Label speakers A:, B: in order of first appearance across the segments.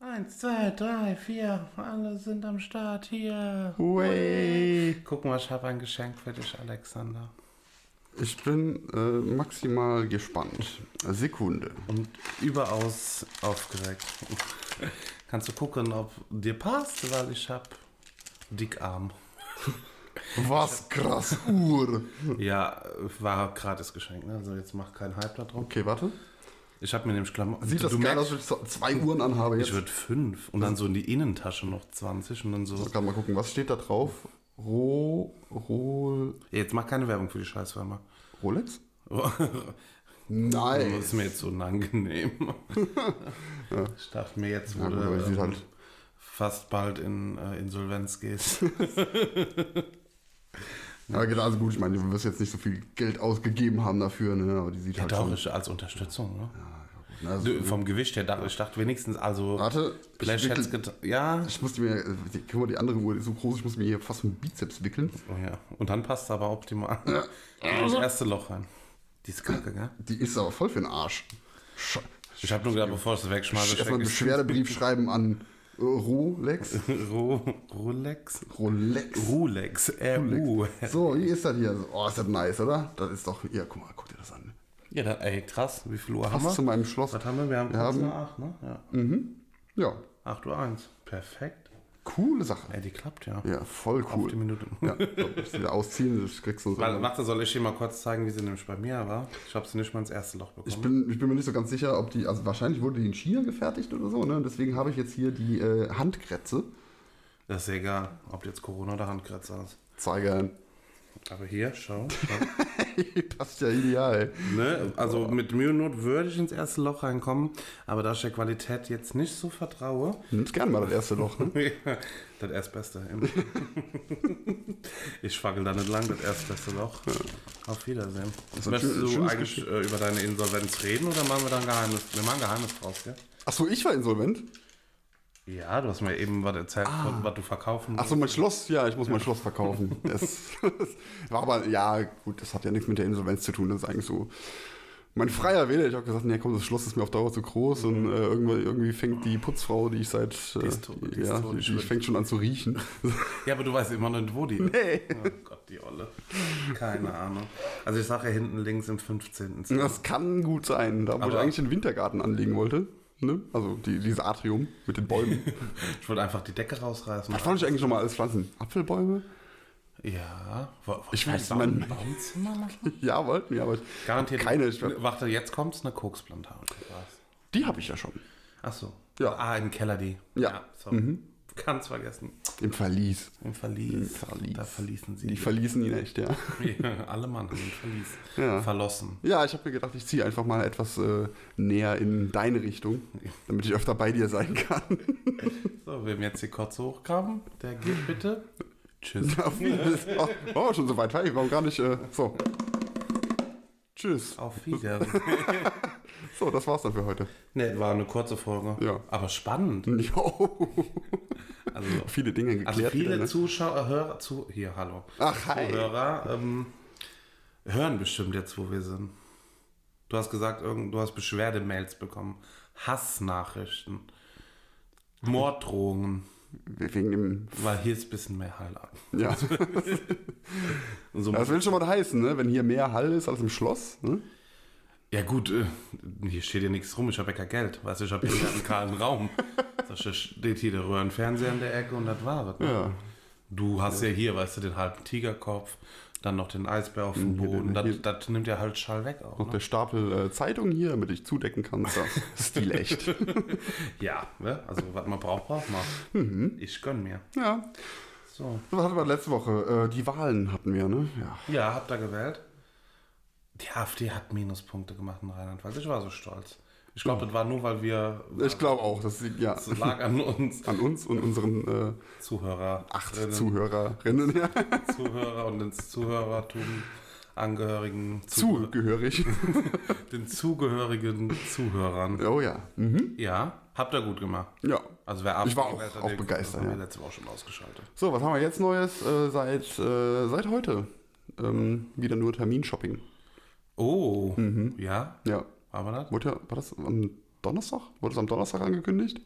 A: Eins, zwei, drei, vier. Alle sind am Start hier.
B: Ui.
A: Guck mal, ich habe ein Geschenk für dich, Alexander.
B: Ich bin äh, maximal gespannt. Sekunde.
A: Und überaus aufgeregt. Kannst du gucken, ob dir passt, weil ich habe Dickarm.
B: Was krass. Uhr.
A: Ja, war gratis Geschenk, ne? also jetzt mach keinen Hype da drum.
B: Okay, warte.
A: Ich habe mir nämlich Klamotten.
B: Sieht das
A: du
B: geil aus,
A: merkst,
B: wenn ich so zwei Uhren anhabe jetzt?
A: ich würde fünf und dann so in die Innentasche noch 20 und dann so.
B: So, kann Also mal gucken, was steht da drauf? Ro, Ro,
A: Jetzt mach keine Werbung für die Scheißfirma.
B: Rolex?
A: Das
B: Nein.
A: ist mir jetzt unangenehm. Ich dachte mir, jetzt
B: Ja, gut, aber
A: wurde
B: sieht
A: ähm,
B: halt-
A: fast bald in äh, Insolvenz gehst.
B: Ja, genau, also gut, ich meine, du wirst jetzt nicht so viel Geld ausgegeben haben dafür, ne? aber die sieht
A: Ja,
B: halt
A: doch,
B: schon...
A: ich als Unterstützung. Ne?
B: Ne, also,
A: Du, vom Gewicht her, dachte, ich dachte wenigstens, also.
B: Warte,
A: Vielleicht
B: ich
A: hätte es
B: wickel-
A: getan. Ja.
B: ich musste mir, äh, die- guck mal, die andere Uhr die ist so groß, ich muss mir hier fast einen Bizeps wickeln.
A: Oh ja. Und dann passt es aber optimal. Das erste Loch rein. Die ist kacke, gell?
B: Die ist aber voll für den Arsch. Sch
A: Ich habe nur gedacht, bevor ich es wegschmeiße,
B: Erstmal einen
A: stecke
B: Beschwerdebrief schreiben an äh, Rolex.
A: ich- Ro Rolex?
B: Rolex.
A: Rulex. R-U.
B: So, wie ist das hier? Oh, ist das nice, oder? Das ist doch. Ja, guck mal, guck dir das an.
A: Ja, da, ey, krass. Wie viel Uhr haben wir?
B: Passt zu meinem Schloss.
A: Was haben wir? Wir haben
B: Wir
A: kurz
B: haben-
A: nach 8, ne? Ja.
B: Ja,
A: 8 Uhr 1. Perfekt.
B: coole Sache.
A: Ey, die klappt ja.
B: Ja, voll
A: Auf die
B: cool.
A: Minute.
B: Ja, so, das wieder ausziehen, das kriegst du so.
A: Warte, Warte, soll ich dir mal kurz zeigen, wie sie nämlich bei mir war? Ich habe sie nicht mal ins erste Loch bekommen.
B: Ich bin, ich bin mir nicht so ganz sicher, ob die, also wahrscheinlich wurde die in China gefertigt oder so, ne? Deswegen habe ich jetzt hier die äh, Handkrätze.
A: Das ist ja egal, ob jetzt Corona oder Handkratzer ist.
B: Zeiger.
A: Aber hier, schau.
B: Passt ja ideal.
A: ne? Also mit Mühe und Not würde ich ins erste Loch reinkommen, aber da ich der Qualität jetzt nicht so vertraue,
B: Nimmst gerne mal das erste Loch, ne?
A: das Erstbeste. immer. ich schwackel da nicht lang, das Erstbeste Loch. Auf Wiedersehen.
B: war ein
A: Möchtest
B: schön-
A: du
B: schönes
A: eigentlich äh, über deine Insolvenz reden oder machen wir da ein Geheimnis? Wir machen ein Geheimnis draus, gell?
B: Achso, ich war insolvent.
A: Ja, du hast mir eben was erzählt,
B: Ah.
A: von was du verkaufen
B: Achso, mein Schloss. Ja, ich muss mein Schloss verkaufen. Das, das war aber, ja, gut, das hat ja nichts mit der Insolvenz zu tun. Das ist eigentlich so. Mein freier Wille, ich habe gesagt, nee, komm, das Schloss ist mir auf Dauer zu groß und
A: Mhm.
B: äh, irgendwie, irgendwie fängt die Putzfrau, die ich seit, äh,
A: ist tot, die ist
B: ja,
A: tot,
B: die,
A: ich
B: die
A: würd-
B: fängt schon an zu riechen.
A: Ja, aber du weißt immer noch nicht, wo die ist.
B: Nee.
A: Oh Gott, die Olle. Keine Ahnung. Also ich sage ja hinten links im 15. Zimmer.
B: Das kann gut sein, da wo ich
A: Aber-
B: eigentlich den Wintergarten anlegen wollte. Ne? Also die, dieses Atrium mit den Bäumen.
A: Ich wollte einfach die Decke rausreißen.
B: Was fand ich eigentlich nochmal alles Pflanzen? Apfelbäume?
A: Ja. Wo- wo-
B: Ich weiß,
A: ein
B: man-
A: Baumzimmer machen?
B: Ja, wollten wir, aber ich-
A: Garantiert.
B: keine. Ich,
A: Warte, jetzt kommt's, eine Koksplantage. Was?
B: die habe ich ja schon.
A: Ach so.
B: Ja.
A: Ah, im Keller die.
B: Ja. Mhm.
A: sorry. Kann's vergessen.
B: Im Verlies.
A: Im Verlies.
B: Im Verlies.
A: Da verließen sie.
B: Die verließen ihn echt, ja.
A: Ja, Alle Mann haben den Verlies.
B: Ja.
A: Verlassen.
B: Ja, ich habe mir gedacht, ich ziehe einfach mal etwas äh, näher in deine Richtung, damit ich öfter bei dir sein kann.
A: So, wem jetzt hier kurz hochkam, der geht bitte. Tschüss.
B: Auf Wiedersehen. oh, oh, schon so weit fertig, warum gar nicht? Äh, so. Tschüss.
A: Auf Wiedersehen.
B: So, das war's dann für heute.
A: Ne, war eine kurze Folge.
B: Ja.
A: Aber spannend.
B: Jo,
A: Also,
B: viele Dinge geklärt.
A: also viele
B: wieder, ne?
A: Zuschauer, Hörer, zu, hier, hallo.
B: Ach, hi.
A: Zuhörer ähm, hören bestimmt jetzt, wo wir sind. Du hast gesagt, irgend, du hast Beschwerdemails bekommen, Hassnachrichten, Morddrohungen,
B: Wegen dem.
A: weil hier ist ein bisschen mehr Hall.
B: Ja.
A: Und so-
B: Das will schon mal heißen, ne? Wenn hier mehr Hall ist als im Schloss. Ne?
A: ja gut, äh, hier steht ja nichts rum, ich habe ja kein Geld, weißt du, ich habe hier einen kahlen Raum. Da steht hier der Röhrenfernseher in der Ecke und das war es. Ne?
B: Ja.
A: Du hast ja hier, weißt du, den halben Tigerkopf, dann noch den Eisbär auf dem Boden. Das,
B: hier-
A: das nimmt ja halt Schall weg auch.
B: Noch
A: Ne?
B: der Stapel äh, Zeitungen hier, damit ich zudecken kann. So. Stil echt.
A: Ja, ne? also was man braucht, braucht man. Ich gönn mir.
B: Ja.
A: So.
B: Was hatten wir letzte Woche? Äh, die Wahlen hatten wir, ne? Ja.
A: Ja, habt ihr gewählt? Die AfD hat Minuspunkte gemacht in Rheinland-Pfalz. Ich war so stolz. Ich glaube, das war nur, weil wir.
B: Ich glaube auch, das liegt ja
A: Es lag an uns
B: an uns und unseren äh,
A: Zuhörer.
B: acht
A: Drinnen,
B: Zuhörerinnen ja,
A: Zuhörer und ins Zuhörertum Angehörigen. Zuge-
B: zugehörig.
A: Den zugehörigen Zuhörern.
B: oh ja. Mhm.
A: Ja, habt ihr gut gemacht.
B: Ja.
A: Also wer AfD
B: Ich war auch-
A: gewählt hat,
B: auch
A: der-
B: begeistert,
A: Das haben wir
B: ja. Mhm.
A: letzte Woche schon ausgeschaltet.
B: So, was haben wir jetzt Neues äh, seit, äh, seit heute? Ähm, wieder nur Terminshopping.
A: Oh, ja.
B: Ja.
A: Haben wir das?
B: Wurde ja, war das am Donnerstag? Wurde es am Donnerstag angekündigt?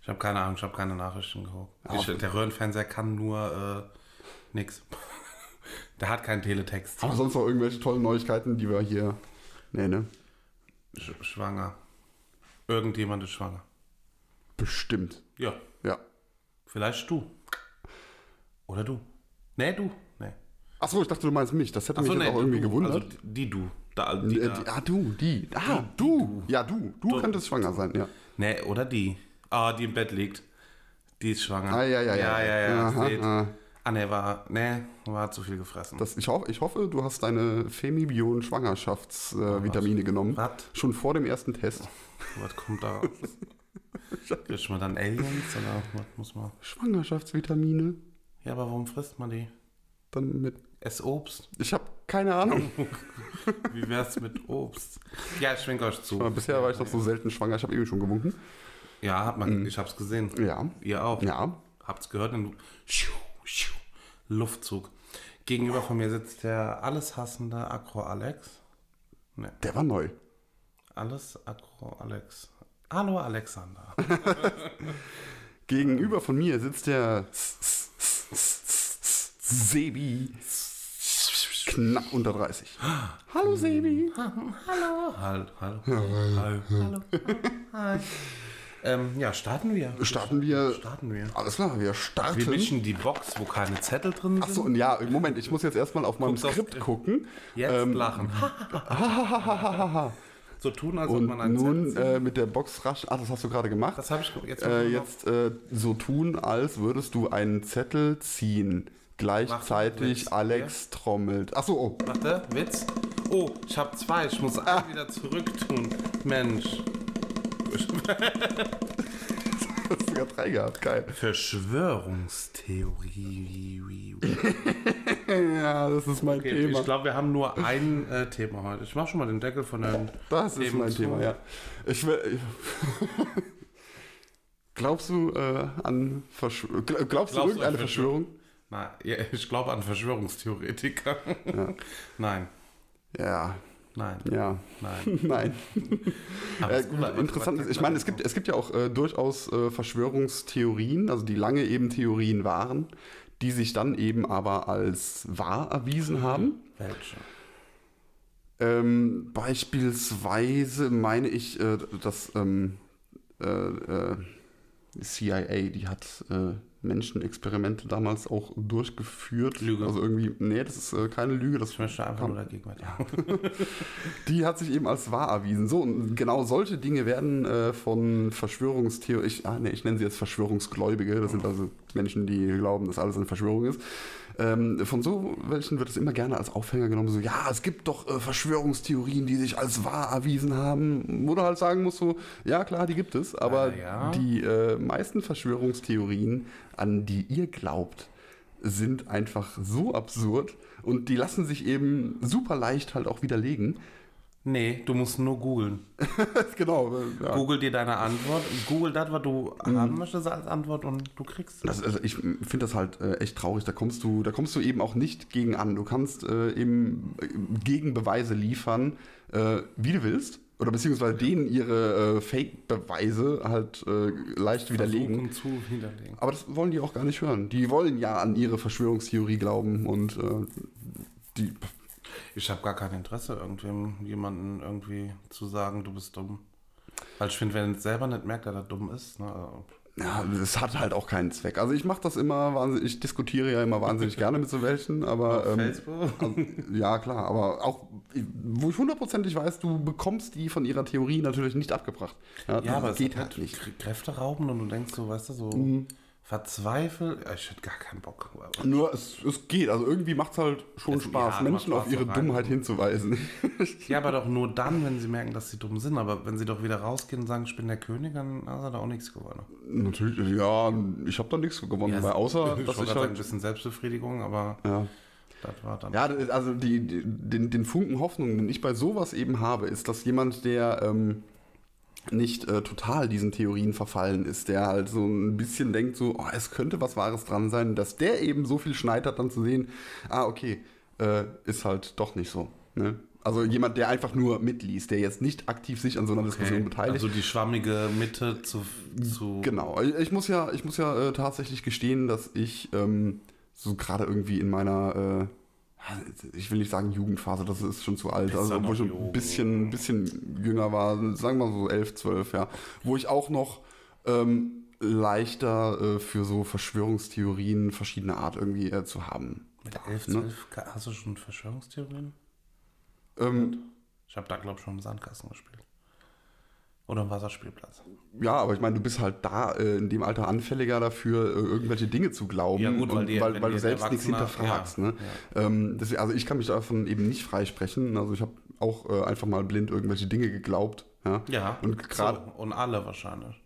A: Ich habe keine Ahnung, ich habe keine Nachrichten geguckt. Ich, der Röhrenfernseher kann nur äh, nix. der hat keinen Teletext.
B: Aber sonst noch irgendwelche tollen Neuigkeiten, die wir hier. Nee, ne?
A: Sch schwanger. Irgendjemand ist schwanger.
B: Bestimmt.
A: Ja,
B: Ja.
A: vielleicht du. Oder du. Nee, du. Nee.
B: Achso, ich dachte, du meinst mich. Das hätte
A: Ach so,
B: mich jetzt
A: nee,
B: auch irgendwie
A: du.
B: gewundert.
A: Also die du. Da, die,
B: Äh,
A: da.
B: die, ah, du, die. Ah, du. Ja, du. Du könntest schwanger sein, ja.
A: Nee, oder die. Ah, die im Bett liegt. Die ist schwanger.
B: Ah, ja, ja,
A: Ja,
B: ja.
A: ja, ja.
B: Aha,
A: seht.
B: ah.
A: Ah, nee, war, nee, war zu viel gefressen.
B: Das, ich, hoff, ich hoffe, du hast deine Femibion-Schwangerschaftsvitamine äh, genommen.
A: Was?
B: Schon vor dem ersten Test.
A: Was kommt da raus? Kriegt man dann Aliens oder was muss man?
B: Schwangerschaftsvitamine?
A: Ja, aber warum frisst man die?
B: Dann mit.
A: Ess Obst.
B: Ich habe keine Ahnung.
A: Wie wär's mit Obst? Ja, ich schwenk euch zu.
B: Aber bisher war ich noch so selten schwanger. Ich habe eben schon gewunken.
A: Ja, hat man, ich hab's gesehen.
B: Ja.
A: Ihr auch.
B: Mhm. Ja.
A: Habt's gehört? Im Schiu, schiu, Luftzug. Gegenüber von mir sitzt der alles hassende Akro Alex.
B: Der war neu.
A: Alles Akro Alex. Hallo Alexander.
B: Gegenüber von mir sitzt der Sebi. Knapp unter 30. Hallo Sebi.
A: Hallo. Hallo. Hallo. Hallo. Hallo. Hi. Ähm, ja, starten wir.
B: Starten wir.
A: Starten wir.
B: Alles klar, wir
A: Wir
B: starten.
A: mischen die Box, wo keine Zettel drin sind.
B: Achso, und ja, Moment, ich muss jetzt erstmal auf meinem
A: Guckst auf-
B: Skript gucken.
A: Jetzt
B: ähm,
A: lachen. so tun, als ob
B: Und
A: man einen Zettel
B: nun
A: zieht.
B: äh, mit der Box rasch. Ah, das hast du gerade gemacht.
A: Das habe ich ge- jetzt.
B: äh, jetzt äh, so tun, als würdest du einen Zettel ziehen. Gleichzeitig
A: Witz,
B: Alex trommelt. Achso, oh.
A: Warte, Witz. Oh, ich habe zwei. Ich muss
B: Ah.
A: einen wieder zurück tun. Mensch.
B: Du hast sogar drei gehabt. Geil.
A: Verschwörungstheorie.
B: Ja, das ist mein
A: Okay,
B: Thema.
A: ich glaube, wir haben nur ein äh, Thema heute. Ich mache schon mal den Deckel von deinem.
B: Das ist
A: Eben
B: mein
A: zu.
B: Thema, ja. Ich will. glaubst du äh, an Verschwörung? Glaubst
A: du
B: du
A: an
B: irgendeine Verschwörung?
A: Nein, ja, ich glaube an Verschwörungstheoretiker. Nein,
B: Ja,
A: nein,
B: ja.
A: nein.
B: Nein.
A: Aber
B: Äh,
A: es gibt-
B: interessant ist, ich meine, es gibt, es gibt ja auch äh, durchaus äh, Verschwörungstheorien, also die lange eben Theorien waren, die sich dann eben aber als wahr erwiesen haben.
A: Welche?
B: Ähm, beispielsweise meine ich, äh, dass ähm, äh, äh, CIA, die hat äh, Menschenexperimente damals auch durchgeführt.
A: Lüge.
B: Also irgendwie, nee, das ist äh, keine Lüge. Das
A: Ich möchte einfach nur dagegen weiter.
B: die hat sich eben als wahr erwiesen. So, und genau solche Dinge werden äh, von Verschwörungstheorien, ich, ah, nee, ich nenne sie jetzt Verschwörungsgläubige, das sind also Menschen, die glauben, dass alles eine Verschwörung ist. Ähm, von so welchen wird es immer gerne als Aufhänger genommen, so, ja, es gibt doch äh, Verschwörungstheorien, die sich als wahr erwiesen haben, wo du halt sagen musst, so, ja klar, die gibt es,
A: Ah,
B: aber
A: ja.
B: die äh, meisten Verschwörungstheorien, an die ihr glaubt, sind einfach so absurd und die lassen sich eben super leicht halt auch widerlegen.
A: Nee, du musst nur googeln.
B: genau. äh, Ja. Mhm.
A: Google dir deine Antwort. Google das, was du haben möchtest als Antwort und du kriegst es.
B: Das, also ich finde das halt äh, echt traurig. Da kommst du, da kommst du eben auch nicht gegen an. Du kannst äh, eben äh, Gegenbeweise liefern, äh, wie du willst. Oder beziehungsweise denen ihre äh, Fake-Beweise halt äh, leicht widerlegen.
A: Versuchen zu widerlegen.
B: Aber das wollen die auch gar nicht hören. Die wollen ja an ihre Verschwörungstheorie glauben und äh, die.
A: Ich habe gar kein Interesse, irgendwem, jemanden irgendwie zu sagen, du bist dumm. Weil ich finde, wenn es selber nicht merkt, dass er dumm ist, ne, also,
B: Ja, das hat halt auch keinen Zweck. Also ich mache das immer wahnsinnig, ich diskutiere ja immer wahnsinnig gerne mit so welchen, aber ähm,
A: Facebook.
B: Also, ja, klar, aber auch, wo ich hundertprozentig weiß, du bekommst die von ihrer Theorie natürlich nicht abgebracht.
A: Ja,
B: das
A: aber es
B: geht
A: geht
B: halt nicht. Mhm.
A: Kräfte rauben und du denkst so, weißt du, so verzweifelt. Ja, Ich hätte gar keinen Bock. Aber
B: Nur, es, es geht. Also irgendwie macht es halt schon
A: Es-
B: Spaß,
A: Also, ja,
B: Menschen
A: macht
B: auf
A: Spaß,
B: ihre
A: da rein.
B: Dummheit hinzuweisen.
A: Ja, aber doch nur dann, wenn sie merken, dass sie dumm sind. Aber wenn sie doch wieder rausgehen und sagen, ich bin der König, dann hat er da auch nichts gewonnen.
B: natürlich, ja, ich habe da nichts gewonnen, weil außer,
A: ich
B: dass
A: wollte
B: ich
A: gerade sagen, ein
B: halt...
A: bisschen Selbstbefriedigung, aber
B: Ja.
A: das war dann.
B: Ja, d- also die, die, den, den Funken Hoffnung, den ich bei sowas eben habe, ist, dass jemand, der ähm, nicht äh, total diesen Theorien verfallen ist, der halt so ein bisschen denkt, so, oh, es könnte was Wahres dran sein, dass der eben so viel schneit hat, dann zu sehen, ah, okay, äh, ist halt doch nicht so. Ne? Also jemand, der einfach nur mitliest, der jetzt nicht aktiv sich an so einer Diskussion beteiligt.
A: Also die schwammige Mitte zu. zu
B: Genau, ich ich muss ja, ich muss ja äh, tatsächlich gestehen, dass ich ähm, so gerade irgendwie in meiner, äh, ich will nicht sagen Jugendphase, das ist schon zu alt,
A: Ist
B: also
A: ja
B: obwohl ich
A: noch
B: ein
A: jung.
B: bisschen, bisschen jünger war, sagen wir mal so 11, 12, ja, wo ich auch noch ähm, leichter äh, für so Verschwörungstheorien verschiedener Art irgendwie äh, zu haben.
A: Mit 11,
B: Ne?
A: 12 Ka- hast du schon Verschwörungstheorien?
B: Ähm,
A: Ich habe da, glaube ich, schon im Sandkasten gespielt. Oder im Wasserspielplatz.
B: ja, aber ich meine, du bist halt da äh, in dem Alter anfälliger dafür, äh, irgendwelche Dinge zu glauben,
A: Ja, gut, weil
B: und
A: die-
B: weil,
A: wenn
B: weil
A: die
B: du selbst nichts
A: Erwachsener-
B: hinterfragst.
A: ja,
B: ne? Ähm, deswegen, also ich kann mich davon eben nicht freisprechen. Also ich habe auch äh, einfach mal blind irgendwelche Dinge geglaubt. Ja.
A: Ja,
B: Und gerade.
A: so, und alle wahrscheinlich.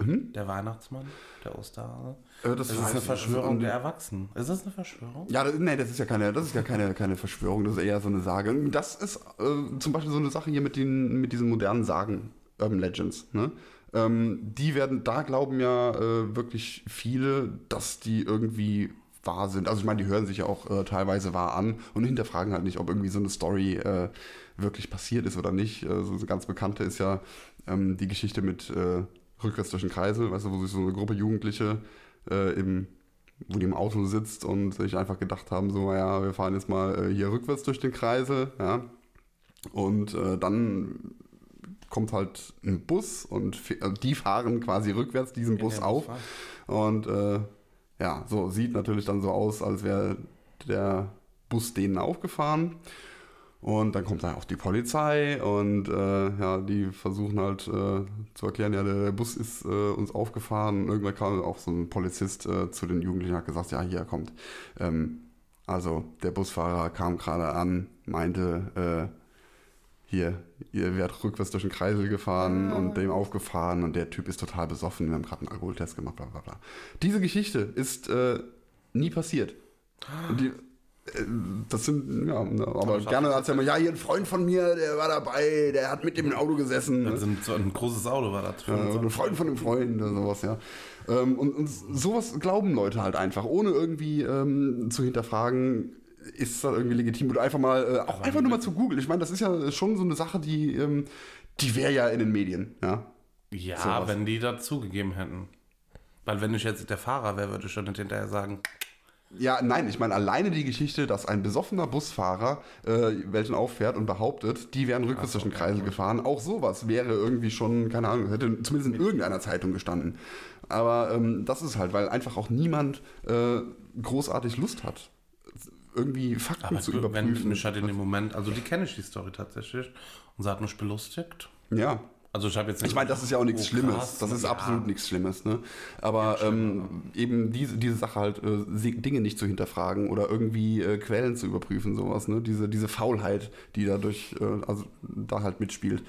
A: Der Weihnachtsmann, der Osterhase.
B: Äh, das
A: Das also ist
B: weiß
A: eine
B: ich.
A: Verschwörung
B: Und-
A: der Erwachsenen. Ist das eine Verschwörung?
B: Ja, das, nee, das ist ja keine, das ist ja keine, keine Verschwörung, das ist eher so eine Sage. Und Das ist äh, zum Beispiel so eine Sache hier mit, den, mit diesen modernen Sagen, Urban Legends. Ne? Ähm, die werden, da glauben ja äh, wirklich viele, dass die irgendwie wahr sind. Also ich meine, die hören sich ja auch äh, teilweise wahr an und hinterfragen halt nicht, ob irgendwie so eine Story äh, wirklich passiert ist oder nicht. Äh, so eine ganz bekannte ist ja ähm, die Geschichte mit äh, Rückwärts durch den Kreisel, weißt du, wo sich so eine Gruppe Jugendliche äh, im wo die im Auto sitzt und sich einfach gedacht haben, so, ja, wir fahren jetzt mal äh, hier rückwärts durch den Kreisel, ja. Und äh, dann kommt halt ein Bus und fe- also die fahren quasi rückwärts diesen Bus
A: der
B: auf.
A: Busfahrt.
B: Und äh, ja, so sieht natürlich dann so aus, als wäre der Bus denen aufgefahren. Und dann kommt dann auch die Polizei und äh, ja, die versuchen halt äh, zu erklären, ja, der, der Bus ist äh, uns aufgefahren. Und irgendwann kam auch so ein Polizist äh, zu den Jugendlichen und hat gesagt, ja, hier kommt. Ähm, also der Busfahrer kam gerade an, meinte, äh, hier, ihr werdet rückwärts durch den Kreisel gefahren und dem aufgefahren und der Typ ist total besoffen, wir haben gerade einen Alkoholtest gemacht, bla bla bla. Diese Geschichte ist äh, nie passiert. Und die, äh, das sind, ja, ne, aber
A: das
B: gerne erzählen wir, ja, hier ein Freund von mir, der war dabei, der hat mit dem im Auto gesessen.
A: Das sind so ein großes Auto war das.
B: Ne? Ja, so ein Freund Äh, von einem Freund oder sowas, ja. Ähm, und, und sowas glauben Leute halt einfach, ohne irgendwie ähm, zu hinterfragen, ist das irgendwie legitim oder einfach mal, äh, auch einfach nur mal zu googeln. Ich meine, das ist ja schon so eine Sache, die, ähm, die wäre ja in den Medien, ja.
A: Ja,
B: Sowas.
A: wenn die dazugegeben hätten. Weil wenn ich jetzt der Fahrer wäre, würde ich schon nicht hinterher sagen,
B: Ja, nein, ich meine alleine die Geschichte, dass ein besoffener Busfahrer äh, welchen auffährt und behauptet, die wären rückwärts durch den Kreisel gefahren, auch sowas wäre irgendwie schon, keine Ahnung, hätte zumindest in irgendeiner Zeitung gestanden. Aber ähm, das ist halt, weil einfach auch niemand äh, großartig Lust hat, irgendwie Fakten
A: aber
B: zu
A: du- wenn
B: überprüfen.
A: mich hat in dem Moment, also die kenne ich die Story tatsächlich und sie hat mich belustigt.
B: ja.
A: Also ich habe jetzt
B: Ich meine, das ist ja auch nichts
A: Oh,
B: Schlimmes.
A: krass,
B: das ist
A: ja.
B: absolut nichts Schlimmes. Ne? Aber ähm, eben diese, diese Sache halt, äh, sie- Dinge nicht zu hinterfragen oder irgendwie äh, Quellen zu überprüfen, sowas. Ne? Diese, diese Faulheit, die dadurch, äh, also da halt mitspielt.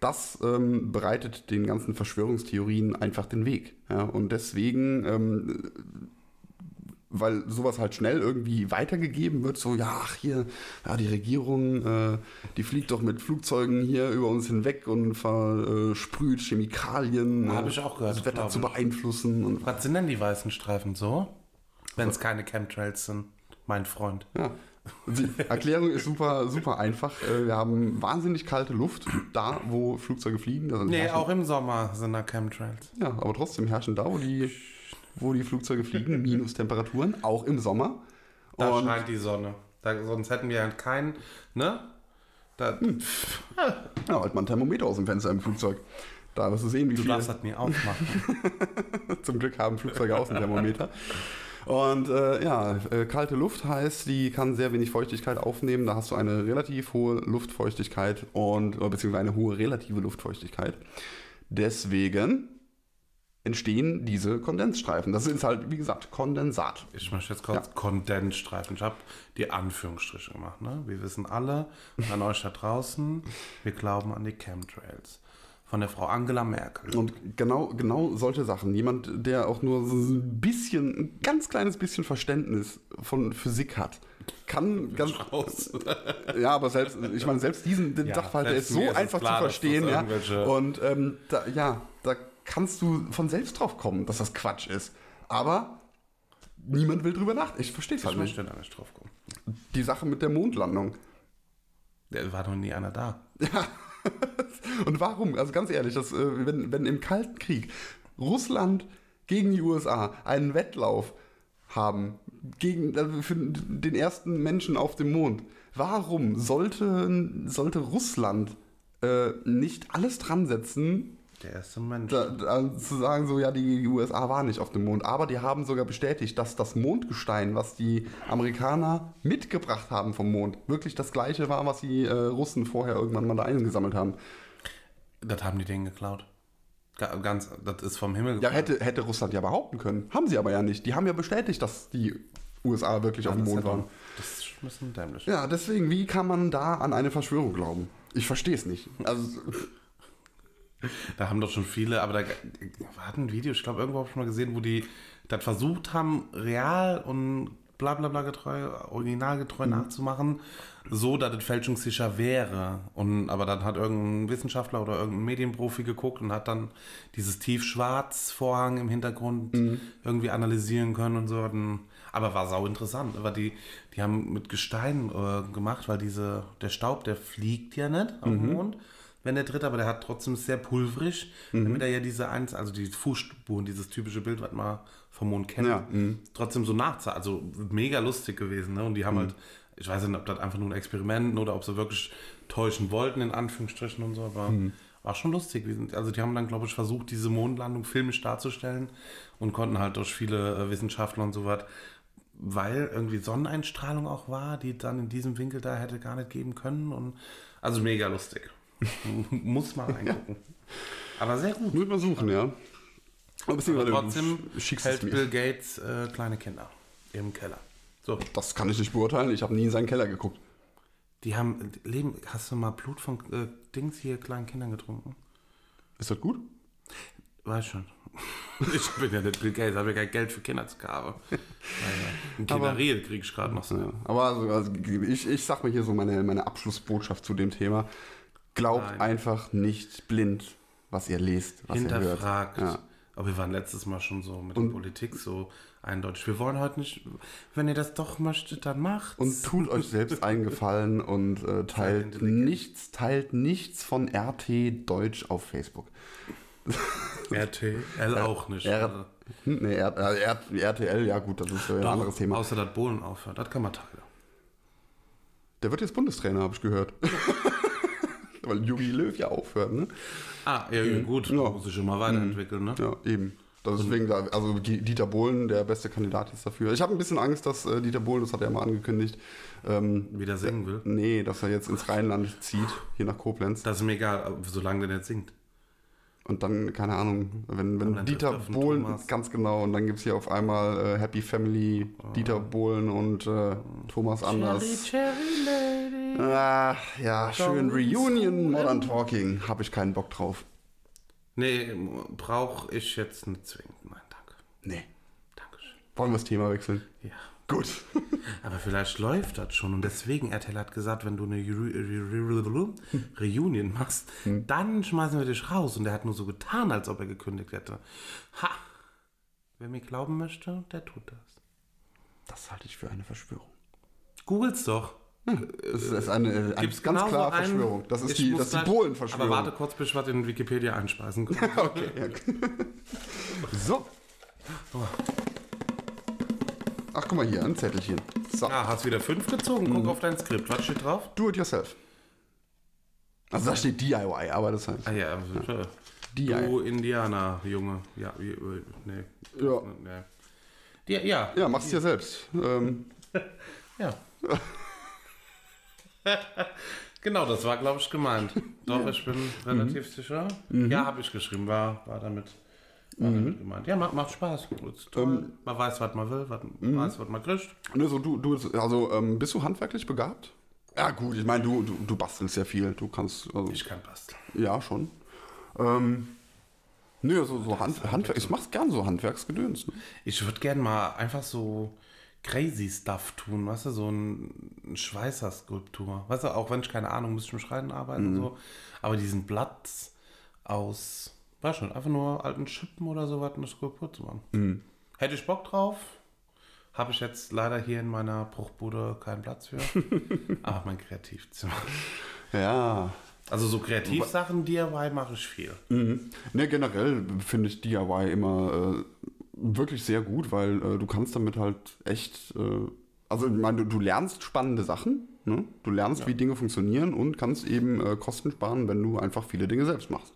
B: Das ähm, bereitet den ganzen Verschwörungstheorien einfach den Weg. Ja? Und deswegen ähm, weil sowas halt schnell irgendwie weitergegeben wird, so, ja, ach hier, ja, die Regierung, äh, die fliegt doch mit Flugzeugen hier über uns hinweg und versprüht Chemikalien,
A: Hab
B: äh,
A: ich auch gehört, ne?
B: das Wetter
A: glaub
B: zu
A: ich.
B: beeinflussen und
A: Was sind denn die weißen Streifen so? Wenn es keine Chemtrails sind, mein Freund.
B: ja. Die Erklärung ist super, super einfach. Äh, Wir haben wahnsinnig kalte Luft, da wo Flugzeuge fliegen. Da sind
A: Nee,
B: herrschen-
A: auch im Sommer sind da Chemtrails.
B: Ja, aber trotzdem herrschen da, wo die, wo die Flugzeuge fliegen, Minustemperaturen, auch im Sommer.
A: Da
B: Und
A: scheint die Sonne. Da, sonst hätten wir halt keinen, ne? Da,
B: Hm, ja, halt mal ein Thermometer aus dem Fenster im Flugzeug. Da wirst du sehen, wie
A: Du
B: viel.
A: darfst das nie aufmachen.
B: Zum Glück haben Flugzeuge Außenthermometer. Und äh, ja, äh, kalte Luft heißt, die kann sehr wenig Feuchtigkeit aufnehmen. Da hast du eine relativ hohe Luftfeuchtigkeit und oder beziehungsweise eine hohe relative Luftfeuchtigkeit. Deswegen entstehen diese Kondensstreifen. Das ist halt, wie gesagt, Kondensat.
A: Ich möchte jetzt kurz Kondensstreifen. Ich habe die Anführungsstriche gemacht. Ne? Wir wissen alle, an euch da draußen, wir glauben an die Chemtrails. Von der Frau Angela Merkel.
B: Und genau, genau solche Sachen. Jemand, der auch nur so ein bisschen, ein ganz kleines bisschen Verständnis von Physik hat, kann ganz,
A: Raus.
B: Ja, aber selbst, ich meine, selbst diesen den
A: Ja,
B: Sachverhalt, der
A: selbst
B: ist so
A: mir ist es
B: einfach
A: klar,
B: zu
A: dass das
B: verstehen, ja.
A: irgendwelche-
B: Und ähm, da, ja, da kannst du von selbst drauf kommen, dass das Quatsch ist. Aber niemand will drüber nach. Ich verstehe es
A: Ich
B: halt nicht.
A: möchte da nicht drauf kommen.
B: Die Sache mit der Mondlandung.
A: Da war noch nie einer da.
B: Und warum? Also ganz ehrlich, dass, äh, wenn, wenn im Kalten Krieg Russland gegen die USA einen Wettlauf haben, gegen, äh, für den ersten Menschen auf dem Mond, warum sollte, sollte Russland äh, nicht alles dran setzen,
A: Der erste Mensch.
B: da, da, zu sagen, so ja, die, die USA waren nicht auf dem Mond, aber die haben sogar bestätigt, dass das Mondgestein, was die Amerikaner mitgebracht haben vom Mond, wirklich das gleiche war, was die äh, Russen vorher irgendwann mal da eingesammelt haben.
A: Das haben die denen geklaut. Ga- Ganz, das ist vom Himmel
B: Ja, hätte, hätte Russland ja behaupten können. Haben sie aber ja nicht. Die haben ja bestätigt, dass die USA wirklich auf dem
A: Das
B: Mond
A: hätte man-
B: waren.
A: Das ist ein bisschen dämlich.
B: Ja, deswegen, wie kann man da an eine Verschwörung glauben? Ich verstehe es nicht. Also,
A: Da haben doch schon viele, aber da war ein Video, ich glaube, irgendwo habe ich schon mal gesehen, wo die das versucht haben, real und bla bla bla getreu, originalgetreu nachzumachen, so dass es fälschungssicher wäre. Und, aber dann hat irgendein Wissenschaftler oder irgendein Medienprofi geguckt und hat dann dieses Tiefschwarz-Vorhang im Hintergrund irgendwie analysieren können und so. Und, aber war sau interessant. Aber die, die haben mit Gestein äh, gemacht, weil diese, der Staub, der fliegt ja nicht auf dem Mond wenn der tritt, aber der hat trotzdem ist sehr pulverig,
B: Mhm.
A: damit er ja diese eins, also die Fußspuren, dieses typische Bild, was man vom Mond kennt,
B: Ja, mhm.
A: trotzdem so nachzahlt. Also mega lustig gewesen, ne? Und die haben halt, ich weiß nicht, ob das einfach nur ein Experiment oder ob sie wirklich täuschen wollten, in Anführungsstrichen und so, aber
B: Mhm.
A: war schon lustig. Wir sind- Also die haben dann, glaube ich, versucht, diese Mondlandung filmisch darzustellen und konnten halt durch viele äh, Wissenschaftler und so was weil irgendwie Sonneneinstrahlung auch war, die dann in diesem Winkel da hätte gar nicht geben können. Und also mega lustig. Muss mal reingucken. Aber sehr gut.
B: muss man suchen, ja. Aber, beziehungsweise
A: Trotzdem
B: schickst du es
A: hält
B: mir.
A: Bill Gates äh, kleine Kinder im Keller. So,
B: Das kann ich nicht beurteilen. Ich habe nie in seinen Keller geguckt.
A: die haben Leben. Hast du mal Blut von äh, Dings hier kleinen Kindern getrunken?
B: Ist das gut?
A: Weiß schon. Ich bin ja nicht Bill Gates, habe ja kein Geld für Kindersklave. Naja, ein Kinderriel krieg ich gerade noch so.
B: Ja. Aber also, also ich, ich sag mal hier so meine, meine Abschlussbotschaft zu dem Thema. Glaubt
A: Nein.
B: einfach nicht blind, was ihr lest, was ihr hört.
A: hinterfragt.
B: Ja.
A: Aber wir waren letztes Mal schon so mit der Politik so eindeutig. Wir wollen heute nicht, wenn ihr das doch möchtet, dann macht's.
B: Und tut euch selbst einen Gefallen und äh, teilt
A: intelligent.
B: nichts, teilt nichts von RT Deutsch auf Facebook.
A: RTL auch nicht. Also,
B: R hm, nee, R äh, R RTL, ja gut, das ist äh, ein
A: Doch,
B: anderes Thema.
A: Außer dass Bohlen aufhört, das kann man teilen.
B: Der wird jetzt Bundestrainer, habe ich gehört. Weil Jogi Löw ja aufhört, ne?
A: Ah, ja, ja gut,
B: Mhm. Ja.
A: muss sich immer weiterentwegen, ne?
B: Ja, eben. Das ist wegen der, also G- Dieter Bohlen der beste Kandidat jetzt dafür. Ich habe ein bisschen Angst, dass äh, Dieter Bohlen, das hat er mal angekündigt, ähm,
A: Wie der singen will.
B: nee, dass er jetzt ins Rheinland zieht, hier nach Koblenz.
A: Das ist mir egal, solange der nicht singt.
B: Und dann, keine Ahnung, wenn, wenn
A: dann
B: Dieter
A: trifft er auf den
B: Bohlen,
A: Thomas.
B: ganz genau, und dann gibt es hier auf einmal äh, Happy Family,
A: Ah.
B: Dieter Bohlen und äh, Thomas Anders.
A: Cherry Lady.
B: Ah, ja,
A: Komm
B: schön Reunion, Modern Talking, habe ich keinen Bock drauf.
A: Nee, brauche ich jetzt nicht zwingend. Nein, danke.
B: Nee,
A: Dankeschön.
B: wollen wir das Thema wechseln?
A: Ja.
B: Gut.
A: Aber vielleicht läuft das schon und deswegen, RTL hat gesagt, wenn du eine Re- Re- Re- Re- Reunion machst,
B: Hm.
A: dann schmeißen wir dich raus. Und er hat nur so getan, als ob er gekündigt hätte. Ha! Wer mir glauben möchte, der tut das.
B: Das halte ich für eine Verschwörung.
A: Google's doch.
B: Das ist eine, äh, eine ganz
A: Gibt's
B: klare
A: einen?
B: Verschwörung. Das ist
A: Ich
B: die,
A: muss
B: das ist die
A: gleich-
B: Bohlen-Verschwörung.
A: Aber warte kurz, bis ich was in Wikipedia einspeisen kann.
B: okay. ja. So. Ach, guck mal hier, ein Zettelchen. So,
A: ah, hast wieder fünf gezogen.
B: Mhm.
A: Guck auf dein Skript. Was steht drauf?
B: do it yourself. Also da steht DIY, aber das heißt.
A: Ah ja, äh,
B: Die-
A: du Indianer, Junge. Ja, äh, nee.
B: Ja.
A: Nee. Die, ja,
B: Ja, mach's dir selbst. Ähm,
A: Ja. genau, das war, glaube ich, gemeint. Doch, ich bin relativ
B: Mhm.
A: sicher. Ja, habe ich geschrieben, war, war, damit,
B: Mhm.
A: war damit gemeint. Ja, macht, macht Spaß. Ist toll.
B: Ähm,
A: man weiß, was man will, was,
B: mhm.
A: weiß, was man kriegt.
B: ne, so du, du, also ähm, bist du handwerklich begabt? Ja, gut, ich meine, du, du, du bastelst ja viel. Du kannst, also,
A: Ich kann basteln.
B: ja, schon. Ähm, nö, so, so Hand, Handwerk, ich mach's gern so Handwerksgedöns. Ne?
A: Ich würde gerne mal einfach so crazy Stuff tun, weißt du, so ein ein Schweißer-Skulptur. Weißt du, auch wenn ich keine Ahnung, muss ich im Schreinen arbeiten und so. Aber diesen Platz aus, weiß schon, einfach nur alten Schippen oder sowas eine Skulptur zu machen. Hätte ich Bock drauf, Habe ich jetzt leider hier in meiner Bruchbude keinen Platz für. aber mein Kreativzimmer.
B: Ja.
A: Also so Kreativsachen, DIY mache ich viel.
B: Mhm. Ne, generell finde ich DIY immer äh, wirklich sehr gut, weil äh, du kannst damit halt echt, äh, also ich meine, du, du lernst spannende Sachen, ne? du lernst, wie Dinge funktionieren und kannst eben äh, Kosten sparen, wenn du einfach viele Dinge selbst machst.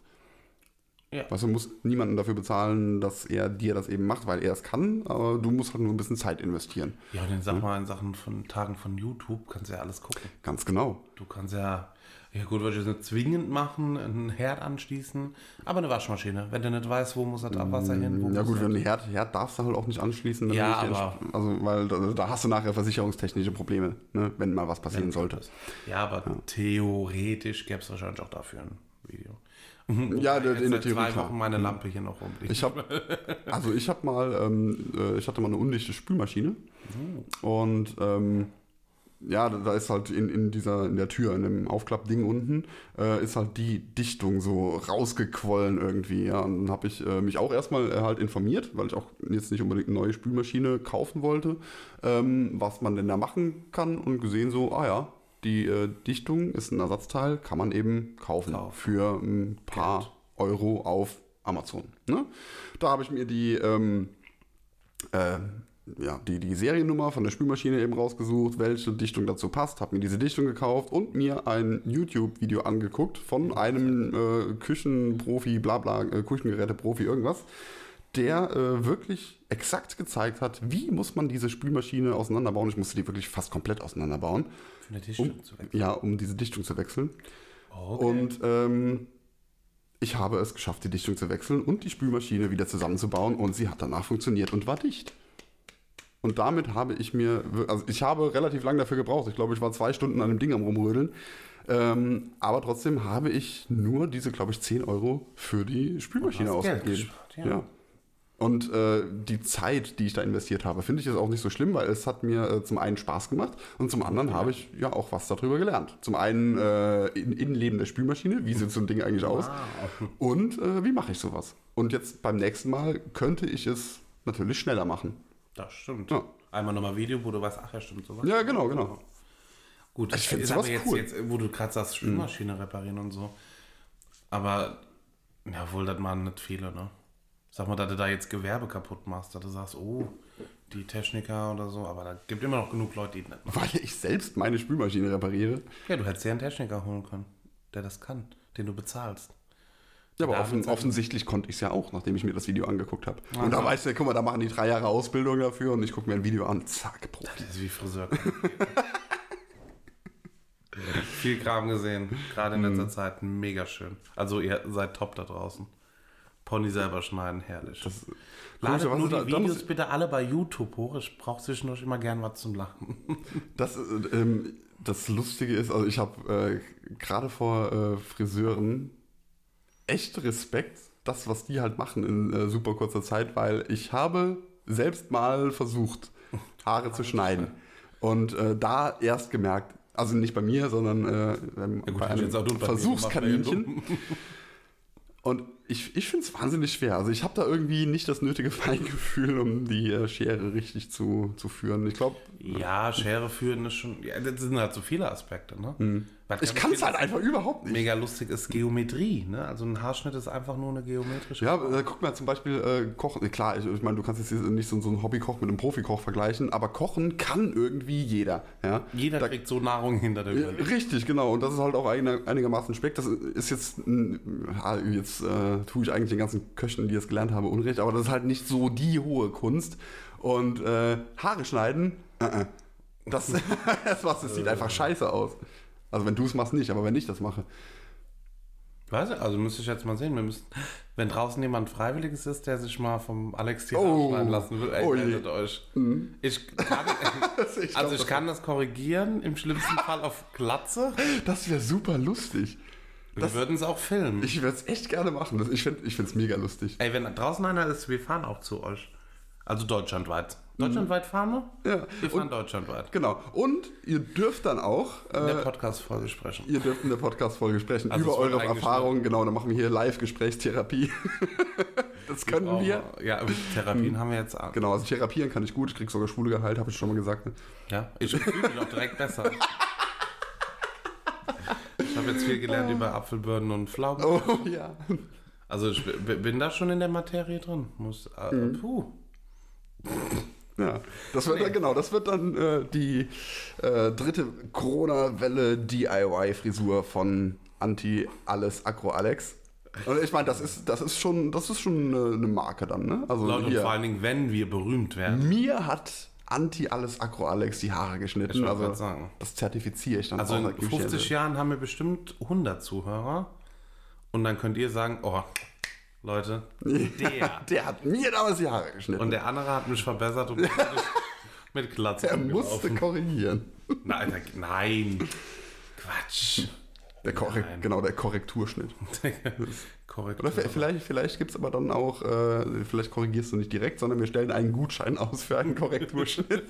A: Ja.
B: Weißt du, du musst niemanden dafür bezahlen, dass er dir das eben macht, weil er es kann, aber du musst halt nur ein bisschen Zeit investieren.
A: Ja, und dann sag mal, in Sachen von Tagen von YouTube kannst du ja alles gucken.
B: Ganz genau.
A: Du kannst ja, ja gut, würde ich jetzt nicht zwingend machen, einen Herd anschließen, aber eine Waschmaschine. Wenn du nicht weißt, wo muss das Abwasser hin, wo
B: Ja
A: muss
B: gut,
A: das-
B: wenn du Herd, Herd darfst du halt auch nicht anschließen, wenn
A: Ja,
B: du nicht
A: aber-
B: entsch- also weil da, da hast du nachher versicherungstechnische Probleme, ne? wenn mal was passieren sollte.
A: Ja, aber theoretisch gäbe es wahrscheinlich auch dafür ein Video.
B: Ja,
A: Wobei jetzt
B: in der
A: seit
B: Theorie,
A: zwei
B: klar. Mhm.
A: Wochen meine Lampe hier noch rumliegt.
B: Ich habe, also ich habe mal, ähm, äh, ich hatte mal eine undichte Spülmaschine und ähm, ja, da, da ist halt in, in dieser, in der Tür, in dem Aufklappding unten, äh, ist halt die Dichtung so rausgequollen irgendwie. Ja, und dann habe ich äh, mich auch erstmal äh, halt informiert, weil ich auch jetzt nicht unbedingt eine neue Spülmaschine kaufen wollte, ähm, was man denn da machen kann und gesehen so, ah ja. Die äh, Dichtung ist ein Ersatzteil, kann man eben kaufen
A: Kaufen.
B: für ein paar Euro auf Amazon. Ne? Da habe ich mir die, ähm, äh, ja, die, die Seriennummer von der Spülmaschine eben rausgesucht, welche Dichtung dazu passt, habe mir diese Dichtung gekauft und mir ein YouTube-Video angeguckt von einem äh, Küchenprofi, bla bla, äh, Küchengeräteprofi, irgendwas, der äh, wirklich exakt gezeigt hat, wie muss man diese Spülmaschine auseinanderbauen. Ich musste die wirklich fast komplett auseinanderbauen,
A: Für eine Tischdecke zu wechseln.
B: ja, um diese Dichtung zu wechseln.
A: Okay.
B: Und ähm, ich habe es geschafft, die Dichtung zu wechseln und die Spülmaschine wieder zusammenzubauen und sie hat danach funktioniert und war dicht. Und damit habe ich mir, wir- also ich habe relativ lange dafür gebraucht. Ich glaube, ich war zwei Stunden an dem Ding am Rumrödeln. Ähm, aber trotzdem habe ich nur diese, glaube ich, 10 Euro für die Spülmaschine
A: hast Geld
B: ausgegeben.
A: gespart, ja.
B: ja. Und äh, die Zeit, die ich da investiert habe, finde ich jetzt auch nicht so schlimm, weil es hat mir äh, zum einen Spaß gemacht und zum anderen habe ich ja auch was darüber gelernt. Zum einen äh, in, Innenleben der Spülmaschine, wie sieht so ein Ding eigentlich aus
A: Ah,
B: und äh, wie mache ich sowas. Und jetzt beim nächsten Mal könnte ich es natürlich schneller machen.
A: das stimmt.
B: Ja.
A: Einmal nochmal Video, wo du weißt, ach ja, stimmt sowas.
B: Ja, genau, genau.
A: Gut,
B: Also Ich find
A: ist
B: sowas
A: aber jetzt,
B: cool. Mhm.
A: jetzt, äh, wo du gerade sagst, Spülmaschine reparieren und so. Aber, ja, wohl, das machen nicht viele, ne? Sag mal, dass du da jetzt Gewerbe kaputt machst, dass du sagst, oh, die Techniker oder so, aber da gibt immer noch genug Leute, die das nicht machen.
B: Weil ich selbst meine Spülmaschine repariere.
A: Ja, du hättest ja einen Techniker holen können, der das kann, den du bezahlst.
B: Ja, aber
A: Ja,
B: offen,
A: mit Zeit.
B: offensichtlich konnte ich es ja auch, nachdem ich mir das Video angeguckt habe. Und da weißt du, guck mal, da machen die drei Jahre Ausbildung dafür und ich gucke mir ein Video an. Zack, Profi.
A: Das ist wie Friseur. Viel Kram gesehen, gerade in
B: Mhm.
A: letzter Zeit, mega schön. Also ihr seid top da draußen. Pony selber schneiden, herrlich. Ladet
B: Komischerweise,
A: nur die
B: da- da muss
A: Videos bitte alle bei YouTube hoch. Ich brauche zwischendurch immer gern was zum Lachen.
B: Das, äh, ähm, das Lustige ist, also ich habe äh, gerade vor äh, Friseuren echt Respekt, das, was die halt machen in äh, super kurzer Zeit, weil ich habe selbst mal versucht, Haare zu schneiden. Und äh, da erst gemerkt, also nicht bei mir, sondern äh, ähm,
A: gut,
B: bei
A: hätte ich jetzt auch
B: einem
A: dumm bei mir
B: Versuchskaninchen. Und ich, ich finde es wahnsinnig schwer. Also ich habe da irgendwie nicht das nötige Feingefühl, um die äh, Schere richtig zu, zu führen. Ich glaube,
A: Ja, Schere führen ist schon. Ja, das sind halt so viele Aspekte, ne? Was
B: ich
A: ganz
B: kann es
A: viel-
B: halt einfach überhaupt nicht.
A: Mega lustig ist Geometrie, ne? Also ein Haarschnitt ist einfach nur eine geometrische.
B: Ja, äh, guck mal zum Beispiel äh, Kochen. Klar, ich, ich meine, du kannst jetzt hier nicht so, so einen Hobbykoch mit einem Profikoch vergleichen, aber Kochen kann irgendwie jeder. Ja?
A: Jeder
B: da,
A: kriegt so Nahrung hinter der
B: Ja,
A: Birne.
B: Richtig, genau. Und das ist halt auch einig- einigermaßen Speck. Das ist jetzt, n- ah, jetzt äh, tue ich eigentlich den ganzen Köchen, die das gelernt haben, Unrecht, aber das ist halt nicht so die hohe Kunst. Und äh, Haare schneiden, äh, äh. das, das, was, das sieht einfach scheiße aus. Also wenn du es machst, nicht, aber wenn ich das mache.
A: Weiß ich, also müsste ich jetzt mal sehen. Wir müssen, wenn draußen jemand Freiwilliges ist, der sich mal vom Alex hier
B: Oh.
A: abschneiden lassen will, ey,
B: Oh je.
A: meldet euch. Ich kann,
B: Ich glaub,
A: also ich kann das korrigieren, im schlimmsten Fall auf Glatze.
B: Das wäre super lustig.
A: Wir würden es auch filmen.
B: Ich würde es echt gerne machen. Das- Ich finde es mega lustig.
A: Ey, wenn draußen einer ist, wir fahren auch zu euch. Also deutschlandweit. Deutschlandweit fahren wir?
B: Mhm. Ja.
A: Wir fahren
B: Und,
A: deutschlandweit.
B: genau. Und ihr dürft dann auch.
A: In der
B: Äh,
A: Podcast-Folge sprechen.
B: Ihr dürft in der Podcast-Folge sprechen
A: Also
B: über
A: es wird
B: eure
A: eingeschnitten.
B: Erfahrungen. Genau, dann machen wir hier Live-Gesprächstherapie. das können
A: Oh,
B: wir.
A: Ja, Therapien haben wir jetzt ab.
B: Genau, also therapieren kann ich gut. Ich krieg sogar schwule Gehalt, habe ich schon mal gesagt. ne?
A: Ja, ich fühle mich auch direkt besser. Ich habe jetzt viel gelernt über Apfelbirnen und Pflaumen.
B: Oh ja.
A: Also ich b- bin da schon in der Materie drin. Muss, äh,
B: Mhm.
A: Puh.
B: Ja, das wird dann, genau, das wird dann äh, die äh, dritte Corona-Welle DIY-Frisur von Anti Alles Akro Alex. Und ich meine, das ist, das ist schon, das ist schon eine, eine Marke dann, ne? Also
A: Leute, und vor
B: hier,
A: allen Dingen, wenn wir berühmt werden.
B: mir hat Anti Alles Akro Alex die Haare geschnitten.
A: wollte
B: Also
A: grad sagen.
B: das zertifiziere ich dann.
A: Also
B: auch,
A: in
B: da gebe ich dir-
A: 50 Jahren haben wir bestimmt 100 Zuhörer. Und dann könnt ihr sagen, oh, Leute, der.
B: Der hat mir damals die Haare geschnitten.
A: Und der andere hat mich verbessert und plötzlich mit Glatze
B: er musste
A: rumgelaufen.
B: korrigieren.
A: Nein, da- nein. Quatsch.
B: Der Korre
A: Nein.
B: genau, der Korrekturschnitt.
A: Korrekt.
B: Oder v- vielleicht, vielleicht gibt es aber dann auch, äh, vielleicht korrigierst du nicht direkt, sondern wir stellen einen Gutschein aus für einen Korrekturschnitt.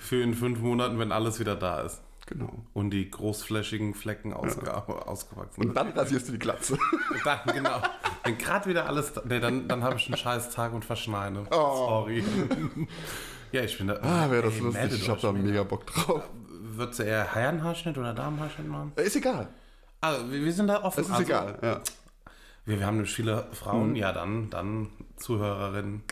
A: Für in fünf Monaten, wenn alles wieder da ist.
B: genau.
A: Und die großflächigen Flecken ausge ausgewachsen
B: Und
A: sind.
B: dann rasierst du die Glatze.
A: Dann, genau. Wenn gerade wieder alles. da- Nee, dann, dann habe ich einen scheiß Tag und verschneide. Sorry. ja, ich bin da.
B: Oh. Ah, wäre das lustig.
A: meldet
B: Ich hab
A: euch.
B: da mega Bock drauf. Äh,
A: Würdest du eher Herrenhaarschnitt oder Damenhaarschnitt machen?
B: Ist egal.
A: Also, wir, wir sind da offen.
B: Es ist
A: also,
B: egal. Ja. Mhm.
A: Wir, wir haben nämlich viele Frauen. Ja, dann, dann Zuhörerinnen.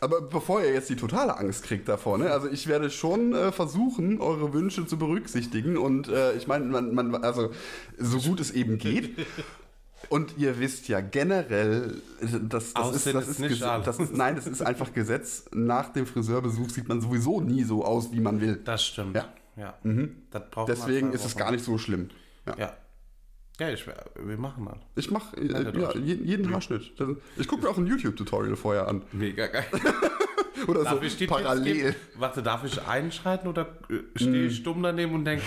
B: Aber bevor ihr jetzt die totale Angst kriegt davor, ne? Also ich werde schon äh, versuchen, eure Wünsche zu berücksichtigen. Und äh, ich meine, man, man, also so gut es eben geht. Und ihr wisst ja generell, das, das ist,
A: Aussehen
B: das
A: ist
B: ist,
A: nicht
B: Gesetz-
A: alles.
B: das ist nein, das ist einfach Gesetz. Nach dem Friseurbesuch sieht man sowieso nie so aus, wie man will.
A: Das stimmt.
B: Ja. Mhm.
A: ja. Das braucht man
B: Deswegen
A: zwei
B: ist es
A: Wochen.
B: gar nicht so schlimm. Ja.
A: Ja. Ja, ich, wir machen das.
B: Ich mache
A: Ja,
B: äh,
A: doch.
B: ja, jeden, jeden Haarschnitt. Ich gucke mir auch ein YouTube-Tutorial vorher an.
A: Mega geil.
B: Oder
A: Darf ich
B: so
A: die Tipps
B: parallel. Mm.
A: geben? Warte, darf ich einschreiten oder äh, stehe ich stumm daneben und denke,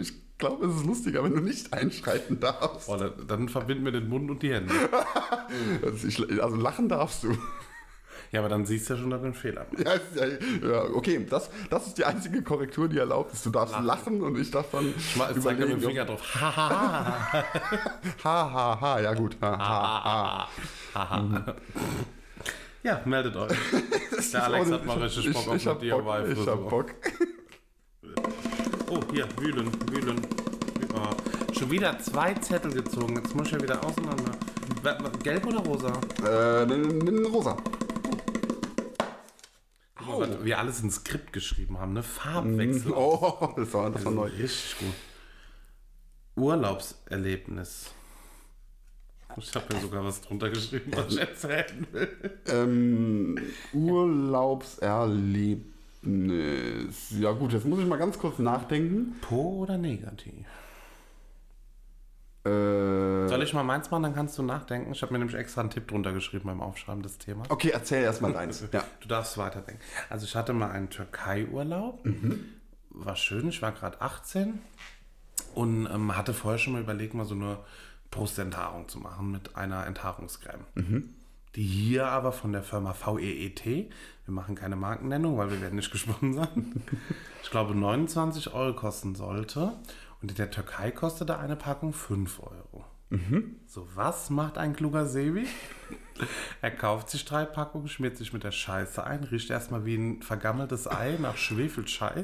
B: Ich glaube, es ist lustiger, wenn du nicht einschreiten darfst.
A: oh, dann, dann verbinden wir den Mund und die Hände.
B: Also, ich, also lachen darfst du.
A: Ja, aber dann siehst du ja schon, dass wir einen Fehler machen.
B: Ja, ist ja, ja, okay, das, das ist die einzige Korrektur, die erlaubt ist. Du darfst lachen, und ich darf dann
A: Mal- Zeig da mit dem
B: überlegen,
A: Finger drauf. Ha, ha, ha,
B: ob- ha, ha, ha, ja gut, ha,
A: Ah,
B: ha, ha.
A: ha,
B: Mhm.
A: ha. Ja, meldet euch. Der Alex hat mal richtig Bock auf
B: ich, ich hab
A: eine
B: Bock,
A: DIY
B: ich hab
A: Frisur.
B: Bock.
A: Oh, hier, wühlen, wühlen. Oh, schon wieder zwei Zettel gezogen. Jetzt muss ich ja wieder auseinander. Wa- wa- Gelb oder rosa?
B: Äh, nimm, nimm rosa.
A: Guck mal, was wir alles ins Skript geschrieben haben, ne? Farbwechsel.
B: Oh, das war, das war neu.
A: Richtig gut. Urlaubserlebnis. Ich habe mir sogar was drunter geschrieben, was ich erzählen will.
B: Ähm, Urlaubserlebnis. Ja gut, jetzt muss ich mal ganz kurz nachdenken.
A: Po oder negativ?
B: Äh,
A: Soll ich mal meins machen, dann kannst du nachdenken. Ich habe mir nämlich extra einen Tipp drunter geschrieben beim Aufschreiben des Themas.
B: okay, erzähl erst mal deins. Ja.
A: Du darfst weiterdenken. Also ich hatte mal einen Türkei-Urlaub. War schön, ich war gerade 18 und ähm, hatte vorher schon mal überlegt, mal so eine Brustenthaarung zu machen mit einer Enthaarungscreme. Die hier aber von der Firma VEET, wir machen keine Markennennung, weil wir werden nicht gesponsert, ich glaube 29 Euro kosten sollte. Und in der Türkei kostete eine Packung 5 Euro. So, was macht ein kluger Sebi? Er kauft sich drei Packungen, schmiert sich mit der Scheiße ein, riecht erstmal wie ein vergammeltes Ei nach Schwefelscheiß.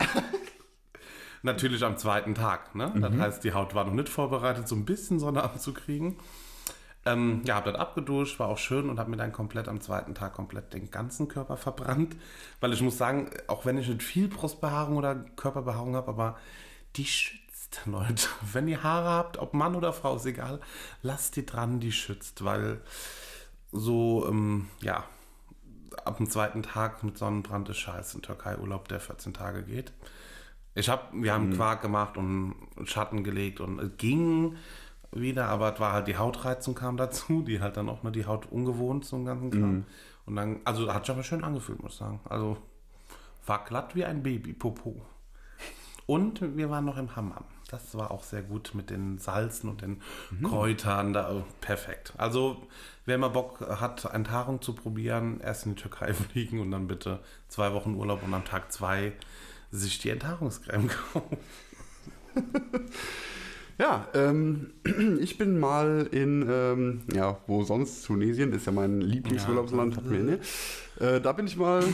A: Natürlich am zweiten Tag, ne? Das heißt, die Haut war noch nicht vorbereitet, so ein bisschen Sonne abzukriegen. Ähm, ja, hab dann abgeduscht, war auch schön und hab mir dann komplett am zweiten Tag komplett den ganzen Körper verbrannt. Weil ich muss sagen, auch wenn ich nicht viel Brustbehaarung oder Körperbehaarung habe, aber die schützt, Leute. Wenn ihr Haare habt, ob Mann oder Frau, ist egal, lasst die dran, die schützt. Weil so, ähm, ja, ab dem zweiten Tag mit Sonnenbrand ist scheiße. Ein Türkei-Urlaub, der 14 Tage geht. Ich hab, wir haben Quark gemacht und Schatten gelegt und es ging wieder, aber es war halt die Hautreizung kam dazu, die halt dann auch mal die Haut ungewohnt zum ganzen Kram. Und dann, also hat sich aber schön angefühlt, muss ich sagen. Also war glatt wie ein Baby, Popo. Und wir waren noch im Hammam. das war auch sehr gut mit den Salzen und den
B: Mhm.
A: Kräutern. Da, oh, perfekt. Also, wer mal Bock hat, eine Taarung zu probieren, erst in die Türkei fliegen und dann bitte zwei Wochen Urlaub und am Tag zwei sich die Enthaarungscreme kaufen.
B: Ja, ähm, ich bin mal in, ähm, ja, wo sonst? Tunesien ist ja mein Lieblingsurlaubsland, hat mir, ne? Äh, da bin ich mal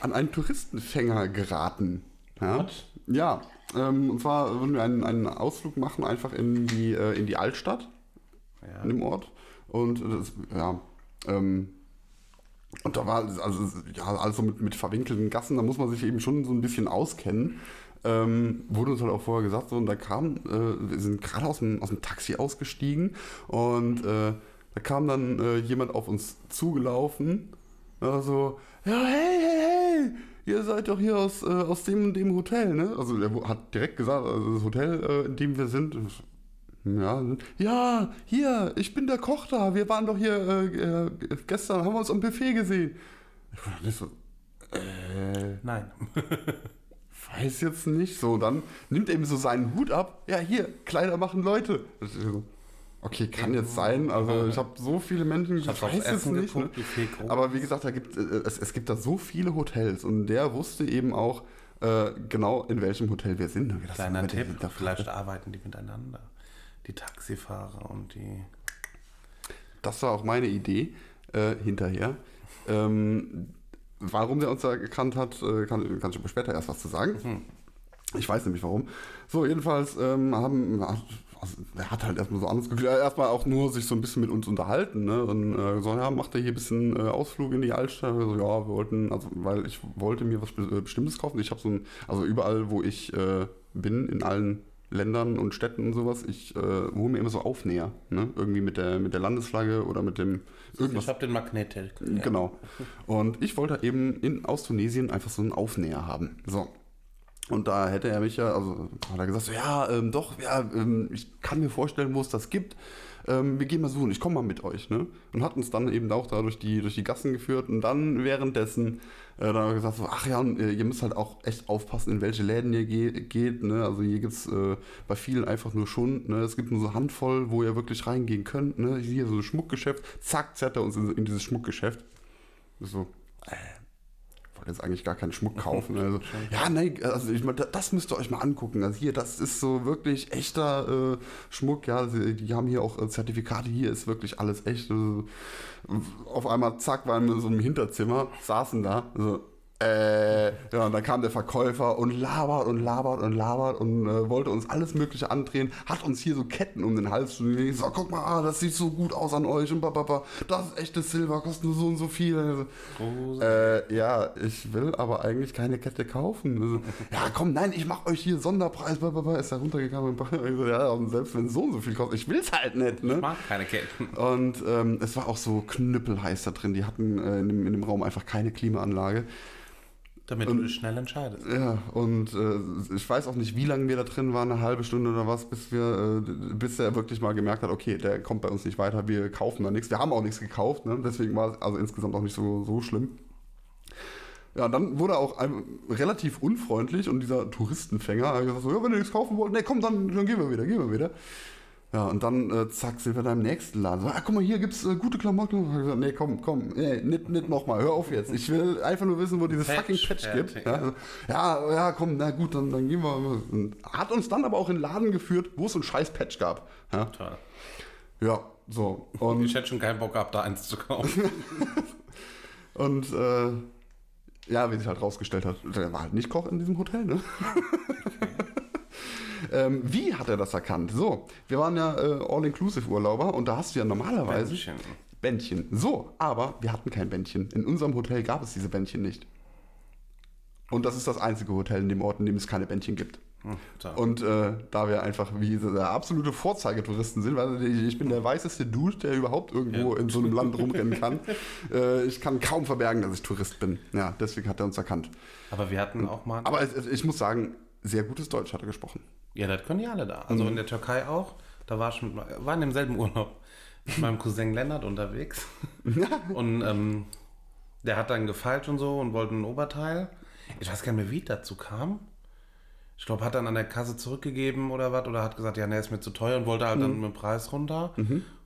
B: an einen Touristenfänger geraten. Ja,
A: What?
B: ja ähm, und zwar wollen wir einen, einen Ausflug machen, einfach in die, äh, in die Altstadt,
A: Ja.
B: in dem Ort. Und das, ja, ähm, und da war alles- also, ja, also mit, mit verwinkelten Gassen, da muss man sich eben schon so ein bisschen auskennen. Ähm, wurde uns halt auch vorher gesagt, so, und da kam, äh, wir sind gerade aus dem, aus dem Taxi ausgestiegen und äh, da kam dann äh, jemand auf uns zugelaufen, ja, so, ja, hey, hey, hey, ihr seid doch hier aus, äh, aus dem und dem Hotel, ne? Also der hat direkt gesagt, also das Hotel, äh, in dem wir sind, ja, ja, hier, ich bin der Koch da. Wir waren doch hier, äh, äh, gestern haben wir uns am Buffet gesehen. Ich war nicht so, äh,
A: Nein.
B: weiß jetzt nicht. So, dann nimmt er eben so seinen Hut ab. Ja, hier, Kleider machen Leute. Und ich so, Okay, kann jetzt sein. Also ich habe so viele Menschen, ich
A: hab's aufs Essen geguckt, Oh. Buffet groß.
B: ne? Aber wie gesagt, da gibt, äh, es, es gibt da so viele Hotels und der wusste eben auch äh, genau, in welchem Hotel wir sind. Und ich dachte,
A: Kleiner
B: wenn der-
A: Tipp,
B: da-
A: vielleicht arbeiten die miteinander. Die Taxifahrer und die.
B: das war auch meine Idee äh, hinterher. Ähm, warum der uns da gekannt hat, äh, kann, kann ich aber später erst was zu sagen. Ich weiß nämlich warum. So, jedenfalls ähm, haben. Hat, also, er hat halt erstmal so anders geklärt, erstmal auch nur sich so ein bisschen mit uns unterhalten, ne? Und äh, so, ja, macht er hier ein bisschen äh, Ausflug in die Altstadt. Wir so, ja, wir wollten, also weil ich wollte mir was Be- äh, Bestimmtes kaufen. Ich habe so ein, also überall, wo ich äh, bin, in allen Ländern und Städten und sowas, ich äh, hole mir immer so Aufnäher, ne? Irgendwie mit der mit der Landesflagge oder mit dem irgendwas.
A: Ich habe den Magnetik.
B: Genau. Und ich wollte eben in, aus Tunesien einfach so einen Aufnäher haben. So. Und da hätte er mich ja, also hat er gesagt, so, ja, ähm, doch, ja, ähm, ich kann mir vorstellen, wo es das gibt. Ähm, wir gehen mal suchen, ich komme mal mit euch. Ne? Und hat uns dann eben auch da durch die, durch die Gassen geführt und dann währenddessen äh, dann hat er gesagt, so, ach ja, und, äh, ihr müsst halt auch echt aufpassen, in welche Läden ihr ge geht. Ne? Also hier gibt es äh, bei vielen einfach nur Schund. Ne? Es gibt nur so Handvoll, wo ihr wirklich reingehen könnt. Ne? Hier so ein Schmuckgeschäft. Zack, zerrt er uns in, in dieses Schmuckgeschäft. Ich so, äh, wollte jetzt eigentlich gar keinen Schmuck kaufen. Also, ja, nein, also ich meine, da- das müsst ihr euch mal angucken. Also hier, das ist so wirklich echter äh, Schmuck. Ja, sie, die haben hier auch äh, Zertifikate. Hier ist wirklich alles echt. Also, auf einmal, zack, waren wir in so einem Hinterzimmer, saßen da. So, äh, ja, und dann kam der Verkäufer und labert und labert und labert und äh, wollte uns alles Mögliche andrehen, hat uns hier so Ketten um den Hals gelegt. So, guck mal, ah, das sieht so gut aus an euch und bababa, das ist echtes Silber, kostet nur so und so viel. Also,
A: Große-
B: Äh, ja, ich will aber eigentlich keine Kette kaufen. Also, ja, komm, nein, ich mach euch hier Sonderpreis, bababa, ist da runtergegangen. Ich so, ja, und selbst wenn es so und so viel kostet, ich will's halt nicht, ne?
A: Ich mag keine Ketten.
B: Und ähm, es war auch so knüppelheiß da drin. Die hatten äh, in, dem, in dem Raum einfach keine Klimaanlage.
A: Damit du dich schnell entscheidest.
B: Ja, und äh, ich weiß auch nicht, wie lange wir da drin waren, eine halbe Stunde oder was, bis wir, äh, bis er wirklich mal gemerkt hat, okay, der kommt bei uns nicht weiter, wir kaufen da nichts. Wir haben auch nichts gekauft, ne? deswegen war es also insgesamt auch nicht so, so schlimm. Ja, und dann wurde er auch ein, relativ unfreundlich und dieser Touristenfänger hat gesagt, so, ja, wenn ihr nichts kaufen wollt, ne, komm, dann, dann gehen wir wieder, gehen wir wieder. Ja, und dann, äh, zack, sind wir da im nächsten Laden. So, ah, guck mal, hier gibt's äh, gute Klamotten. Und ich hab gesagt, nee, komm, komm, nee, nicht, nicht nochmal, hör auf jetzt. Ich will einfach nur wissen, wo dieses
A: Patch,
B: fucking Patch
A: fertig,
B: gibt. Ja, also, ja, ja, komm, na gut, dann, dann gehen wir. mal. Und hat uns dann aber auch in den Laden geführt, wo es so ein scheiß Patch gab. Ja,
A: Toll.
B: ja so. Und
A: Ich hätte schon keinen Bock gehabt, da eins zu kaufen.
B: Und äh, ja, wie sich halt rausgestellt hat, der war halt nicht Koch in diesem Hotel, ne? ähm, wie hat er das erkannt? So, wir waren ja äh, All-Inclusive-Urlauber und da hast du ja normalerweise Bändchen.
A: Bändchen.
B: So, aber wir hatten kein Bändchen. In unserem Hotel gab es diese Bändchen nicht. Und das ist das einzige Hotel in dem Ort, in dem es keine Bändchen gibt.
A: Hm, so.
B: Und äh, da wir einfach wie so der absolute Vorzeigetouristen sind, weil ich, ich bin der weißeste Dude, der überhaupt irgendwo in so einem Land rumrennen kann. äh, ich kann kaum verbergen, dass ich Tourist bin. Ja, deswegen hat er uns erkannt.
A: Aber wir hatten auch mal.
B: Aber es, es, ich muss sagen, sehr gutes Deutsch hat er gesprochen.
A: Ja, das können die alle da. Also in der Türkei auch. Da war ich mit, war in demselben Urlaub mit meinem Cousin Lennart unterwegs. und ähm, der hat dann gefeilt und so und wollte ein Oberteil. Ich weiß gar nicht mehr, wie es dazu kam. Ich ich glaube, hat dann an der Kasse zurückgegeben oder was oder hat gesagt, ja, ne, ist mir zu teuer und wollte halt dann mit dem Preis runter.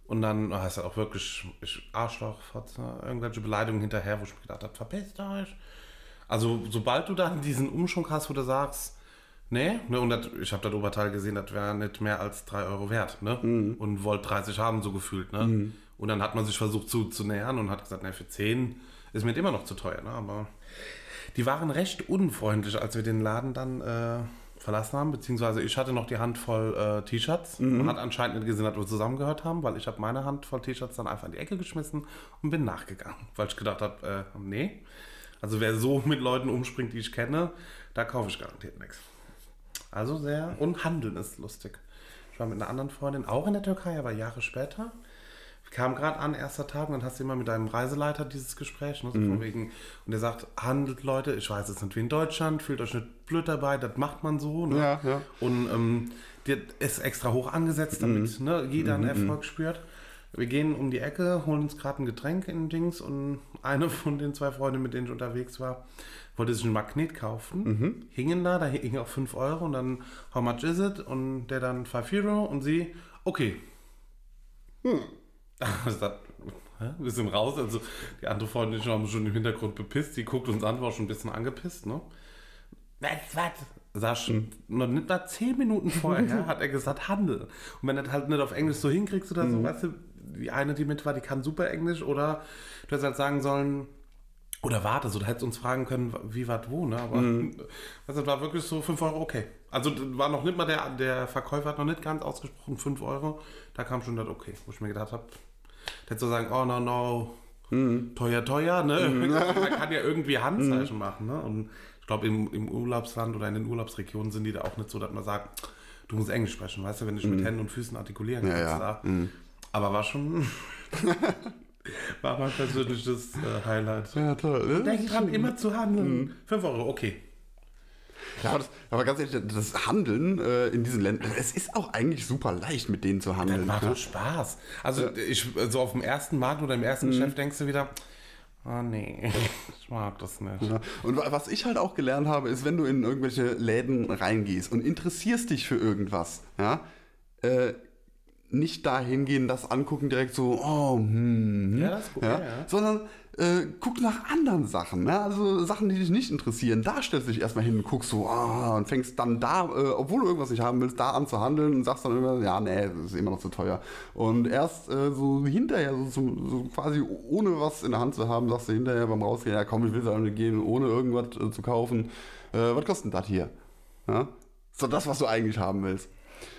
A: Und dann ah, ist er auch wirklich ich, Arschloch, Fotze, irgendwelche Beleidigungen hinterher, wo ich mir gedacht habe, verpisst euch. Also, sobald du dann diesen Umschwung hast, wo du sagst, nee, ne, und dat, ich habe das Oberteil gesehen, das wäre nicht mehr als 3 Euro wert, ne? Und wollte 30 haben, so gefühlt, ne? Und dann hat man sich versucht zu, zu nähern und hat gesagt, ne, für 10 ist mir immer noch zu teuer, ne? Aber die waren recht unfreundlich, als wir den Laden dann äh, verlassen haben, beziehungsweise ich hatte noch die Hand voll äh, T-Shirts. Man hat anscheinend nicht gesehen, dass wir zusammengehört haben, weil ich habe meine Hand voll T-Shirts dann einfach in die Ecke geschmissen und bin nachgegangen, weil ich gedacht habe, äh, nee. Also wer so mit Leuten umspringt, die ich kenne, da kaufe ich garantiert nichts. Also sehr. Und Handeln ist lustig. Ich war mit einer anderen Freundin, auch in der Türkei, aber Jahre später. Kam gerade an, erster Tag, und dann hast du immer mit deinem Reiseleiter dieses Gespräch. Ne? So von wegen, und der sagt, handelt Leute, ich weiß es nicht wie in Deutschland, fühlt euch nicht blöd dabei, das macht man so. Ne?
B: Ja, ja.
A: Und ähm, der ist extra hoch angesetzt, damit ne, jeder einen Erfolg spürt. Wir gehen um die Ecke, holen uns gerade ein Getränk in Dings und eine von den zwei Freunden, mit denen ich unterwegs war, wollte sich einen Magnet kaufen, hingen da, da hingen auch 5 Euro und dann, how much is it? Und der dann 5 Euro und sie, okay. Ich sag, hä? Wir sind raus, also die andere Freundin schon- haben schon im Hintergrund bepisst, die guckt uns an, war schon ein bisschen angepisst, ne? Was, was? Sag schon, noch nicht mal zehn Minuten vorher hat er gesagt, Handel. Und wenn du das halt nicht auf Englisch so hinkriegst oder so, weißt du, die eine, die mit war, die kann super Englisch oder du hättest halt sagen sollen, oder warte, so, du hättest uns fragen können, wie was wo, ne? Aber
B: Mhm.
A: also, das war wirklich so 5 Euro, okay. Also das war noch nicht mal der, der Verkäufer hat noch nicht ganz ausgesprochen 5 Euro, da kam schon das okay, wo ich mir gedacht habe, der hätte so sagen, oh no, no,
B: Mhm.
A: teuer, teuer, ne? Man kann ja irgendwie Handzeichen machen, ne? Und ich glaube, im, im Urlaubsland oder in den Urlaubsregionen sind die da auch nicht so, dass man sagt, du musst Englisch sprechen, weißt du, wenn du dich mit Händen und Füßen artikulieren
B: Mhm. Ja,
A: kannst.
B: ja. Mhm.
A: Da. Aber war schon. war mein persönliches äh, Highlight.
B: Ja, toll. Ne?
A: Denk dran, immer zu handeln. 5 Euro, okay.
B: Ja, aber, das, aber ganz ehrlich, das Handeln äh, in diesen Ländern, es ist auch eigentlich super leicht, mit denen zu
A: Dann
B: handeln.
A: macht
B: ne?
A: doch Spaß. Also ich, so auf dem ersten Markt oder im ersten Geschäft denkst du wieder, oh nee, ich mag das nicht.
B: Ja. Und wa- was ich halt auch gelernt habe, ist, wenn du in irgendwelche Läden reingehst und interessierst dich für irgendwas, ja, äh, nicht dahin gehen, das angucken direkt so, oh, hm, hm,
A: Ja, das ist gut, ja, ja.
B: sondern äh, guck nach anderen Sachen, ja, also Sachen, die dich nicht interessieren. Da stellst du dich erstmal hin und guckst so, ah, und fängst dann da, äh, obwohl du irgendwas nicht haben willst, da an zu handeln und sagst dann immer, ja, nee, das ist immer noch zu teuer. Und erst äh, so hinterher, so, zum, so quasi ohne was in der Hand zu haben, sagst du hinterher beim Rausgehen, ja komm, ich will da nicht gehen, ohne irgendwas äh, zu kaufen. Äh, was kostet denn das hier? Ja? So das, was du eigentlich haben willst.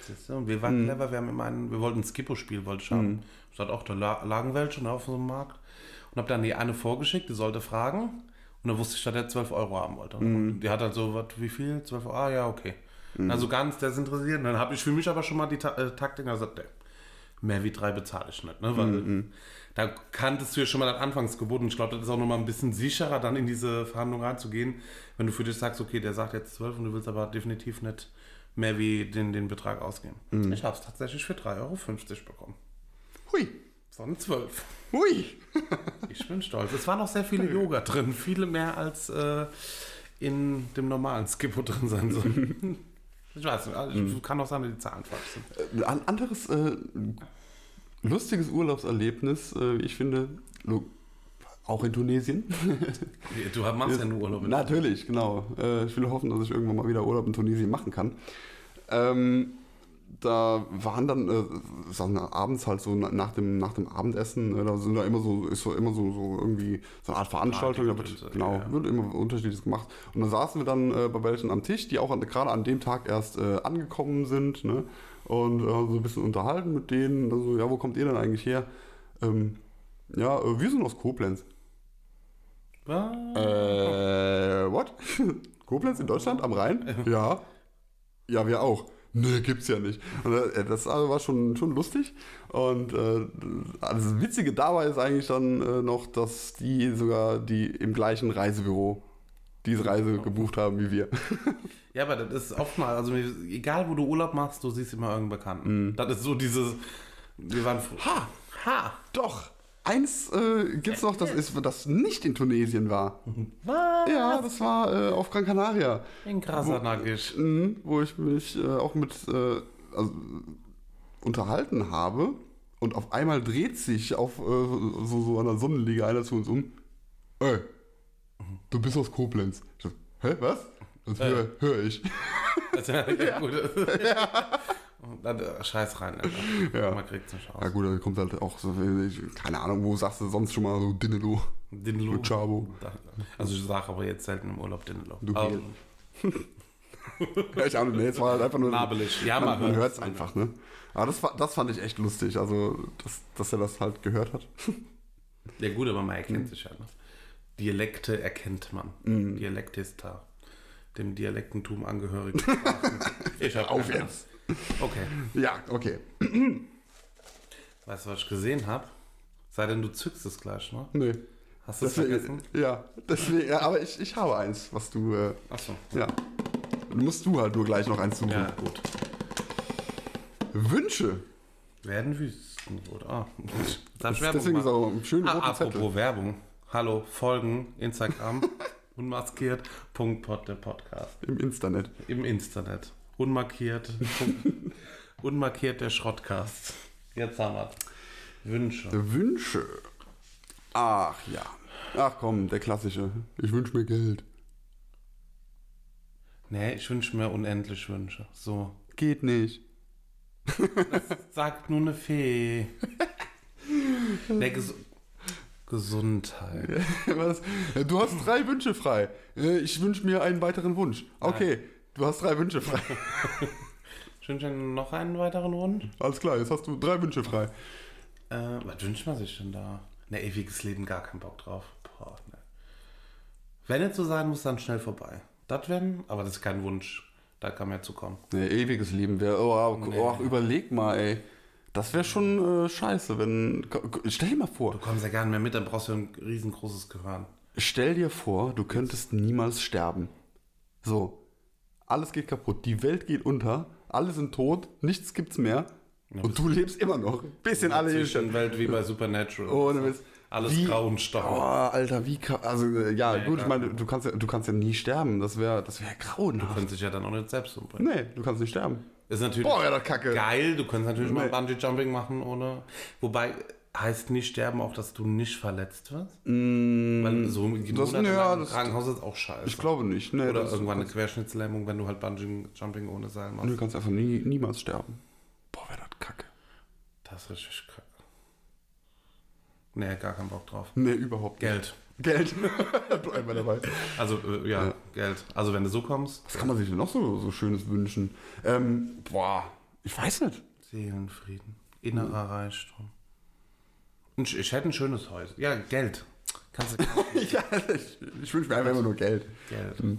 A: Siehst du, und wir waren clever, wir haben immer einen, wir wollten ein Skippo-Spiel, wollte ich haben. Ich dachte auch, da la- lagen welche ne, auf so einem Markt. Und habe dann die eine vorgeschickt, die sollte fragen. Und dann wusste ich, dass der 12 Euro haben wollte. Und die hat halt so, was, wie viel? 12 Euro? Ah, ja, okay. Also ganz desinteressiert. Und dann habe ich für mich aber schon mal die Ta äh, Taktik und gesagt, nee, mehr wie drei bezahle ich nicht. Ne? Weil da kanntest du ja schon mal das Anfangsgebot. Und ich glaube, das ist auch nochmal ein bisschen sicherer, dann in diese Verhandlung reinzugehen, wenn du für dich sagst, okay, der sagt jetzt 12 und du willst aber definitiv nicht mehr wie den, den Betrag ausgeben. Ich habe es tatsächlich für 3,50 Euro bekommen.
B: Hui,
A: Sondern 12.
B: hui.
A: Ich bin stolz. Es waren auch sehr viele Yoga drin. Viele mehr als äh, in dem normalen Skippo drin sein sollen. Ich weiß nicht, also ich kann auch sagen, dass die Zahlen falsch sind.
B: Ein anderes äh, lustiges Urlaubserlebnis, äh, wie ich finde, lo- auch in Tunesien.
A: Du machst ja nur Urlaub.
B: Natürlich, genau. Äh, ich will hoffen, dass ich irgendwann mal wieder Urlaub in Tunesien machen kann. Ähm, da waren dann äh, sagen wir, abends halt so na- nach dem, nach dem Abendessen, äh, da sind da immer so, ist so immer so, so irgendwie so eine Art Veranstaltung, da
A: Party
B: wird,
A: und so,
B: genau,
A: ja, ja.
B: wird immer unterschiedliches gemacht. Und dann saßen wir dann äh, bei welchen am Tisch, die auch an, gerade an dem Tag erst äh, angekommen sind, ne? Und äh, haben so ein bisschen unterhalten mit denen, dann so, ja, wo kommt ihr denn eigentlich her? Ähm, ja, äh, wir sind aus Koblenz.
A: Ah,
B: Äh, what? Koblenz in Deutschland am Rhein? Ja. Ja, wir auch. Nö, gibt's ja nicht. Und äh, das also war schon, schon lustig. Und äh, das Witzige dabei ist eigentlich dann äh, noch, dass die sogar die im gleichen Reisebüro diese Reise gebucht haben wie wir.
A: Ja, aber das ist oftmals, also mir- egal wo du Urlaub machst,
B: Mhm.
A: du siehst immer irgendeinen Bekannten. Das ist so dieses, wir waren fr- Ha! Ha!
B: Doch. Eins äh, gibt's noch, das ist, das nicht in Tunesien war.
A: Was?
B: Ja, das war äh, auf Gran Canaria.
A: In Krasanagisch.
B: Mhm, wo ich mich äh, auch mit äh, also, unterhalten habe. Und auf einmal dreht sich auf äh, so, so an der Sonnenliege einer zu uns um. Ey, du bist aus Koblenz. Ich so, Hä, was? Das höre hör ich.
A: Also, ja, gut. Dann, äh, Scheiß rein, Alter.
B: Ja.
A: Man kriegt's nicht
B: Ja
A: aus.
B: gut, dann kommt halt auch so, ich- keine Ahnung, wo sagst du sonst schon mal so Dinnelo,
A: Dinlo.
B: du Chabo.
A: Also ich sage aber jetzt selten im Urlaub Dinlo.
B: Du
A: Also,
B: Ja, ich Ahnung, nee, jetzt war halt einfach nur...
A: Nabelig. Ja,
B: man
A: man
B: man hört es
A: hört's.
B: einfach, ne? Aber das, war, das fand ich echt lustig, also, dass, dass er das halt gehört hat.
A: Ja gut, aber man
B: Mhm.
A: erkennt sich ja. Ne? Dialekte erkennt man. Dialektista. Dem Dialektentum angehörig. ich hab
B: Auf
A: keine
B: jetzt.
A: Ahnung. Okay.
B: Ja, okay.
A: Weißt du, was ich gesehen habe? Sei denn, du zückst es gleich, ne?
B: Nee.
A: Hast du es
B: Deswegen,
A: vergessen?
B: ja, deswegen, ja, aber ich, ich habe eins, was du, äh,
A: Achso.
B: ja. Dann musst du halt nur gleich noch eins suchen.
A: Ja, gut.
B: Wünsche.
A: Werden Wüsten gut. Ah, das
B: Das, deswegen ist auch ein schöner
A: ah,
B: roter
A: Apropos
B: Zettel.
A: Werbung. Hallo, folgen, Instagram, unmaskiert, Punkt, Pod, der Podcast.
B: Im Internet.
A: Im Internet. Unmarkiert, unmarkiert der Schrottcast. Jetzt haben wir's. Wünsche.
B: Wünsche. Ach ja. Ach komm, der klassische. Ich wünsche mir Geld.
A: Nee, ich wünsche mir unendlich Wünsche. So.
B: Geht nicht.
A: Sagt nur eine Fee. Der Ges Gesundheit.
B: Was? Äh, Du hast drei Wünsche frei. Äh, Ich wünsche mir einen weiteren Wunsch. Okay, du hast drei Wünsche frei.
A: Ich wünsche mir noch einen weiteren Wunsch.
B: Alles klar, jetzt hast du drei Wünsche frei.
A: Äh, was wünscht man sich denn da? Ne, ewiges Leben, gar keinen Bock drauf. Boah, ne. Wenn es so sein muss, dann schnell vorbei. Das werden, aber das ist kein Wunsch. Da kann man ja zukommen.
B: Nee, ewiges Leben wäre. Oh, oh,
A: Nee.
B: oh, überleg mal, ey. Das wäre schon äh, scheiße, wenn. Stell dir mal vor.
A: Du kommst ja gar nicht mehr mit, dann brauchst du ein riesengroßes Gehirn.
B: Stell dir vor, du könntest niemals sterben. So. Alles geht kaputt, die Welt geht unter, alle sind tot, nichts gibt's mehr. und du lebst immer noch. Bisschen alle hier schon. Oh,
A: Zwischenwelt wie bei Supernatural.
B: Ohne Witz.
A: Alles
B: Wie-
A: grau und
B: Oh,
A: starr.
B: Alter, wie krass. Also, äh, ja,
A: Nee,
B: gut, ich
A: klar.
B: meine, du kannst ja, du kannst ja nie sterben. Das wäre das wär grauenhaft.
A: Können sich ja dann auch nicht selbst umbringen.
B: Nee, du kannst nicht sterben.
A: Ist natürlich
B: Boah, ja, das Kacke.
A: geil. Du kannst natürlich
B: Nee.
A: mal Bungee-Jumping machen ohne. Wobei heißt nicht sterben auch, dass du nicht verletzt wirst? Weil so die
B: Mm, das-
A: Monate
B: ja,
A: lang im
B: das-
A: Krankenhaus ist auch scheiße.
B: Ich glaube nicht. Nee,
A: Oder
B: das-
A: irgendwann eine Querschnittslähmung, wenn du halt Bungee-Jumping ohne Seil machst.
B: Du kannst einfach nie, niemals sterben. Boah, wäre das Kacke.
A: Das ist richtig kacke. Nee, gar keinen Bock drauf.
B: Nee, überhaupt nicht.
A: Geld.
B: Geld. Bleib mal dabei.
A: Also, äh, ja, Geld. Also, wenn du so kommst,
B: Was kann man sich denn noch so, so Schönes wünschen? Ähm, boah, ich weiß nicht.
A: Seelenfrieden, innerer Reichtum. Ein sch- Ich hätte ein schönes Haus. Ja, Geld. Kannst du
B: ja, ich, ich wünsche mir einfach immer nur Geld.
A: Geld.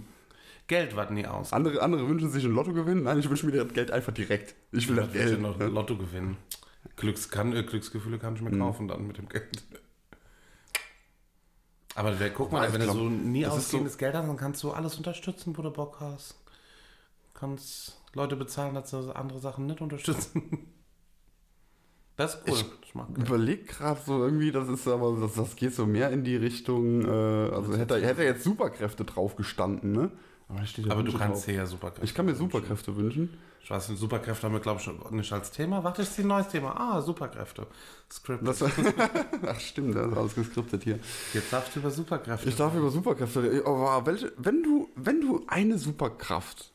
A: Geld war nie aus.
B: Andere, andere wünschen sich ein Lotto gewinnen. Nein, ich wünsche mir das Geld einfach direkt. Ich will das
A: Ich will
B: Geld.
A: noch Lotto gewinnen. Glücks kann, äh, Glücksgefühle kann
B: Mhm.
A: ich mir kaufen dann mit dem Geld. Aber wer, guck mal,
B: ich
A: wenn du
B: glaub,
A: so nie
B: das ist
A: ausgehendes Geld hast, dann kannst du alles unterstützen, wo du Bock hast. Kannst Leute bezahlen, dass sie andere Sachen nicht unterstützen. Das ist cool. Ich mag Geld.
B: Überleg gerade so irgendwie, das ist aber, das, das geht so mehr in die Richtung, äh, also hätte er, hätte er jetzt Superkräfte drauf gestanden, ne? Aber, da steht ja
A: Aber du
B: Wünsche
A: kannst
B: drauf.
A: dir ja Superkräfte.
B: Ich kann mir Superkräfte wünschen.
A: Ich weiß nicht, Superkräfte haben wir, glaube ich, nicht als Thema. Warte, ist ein neues Thema. Ah, Superkräfte. Script.
B: Das, ach stimmt, das ist alles geskriptet hier.
A: Jetzt darfst du über Superkräfte.
B: Ich darf über Superkräfte reden. Aber welche, wenn du, wenn du eine Superkraft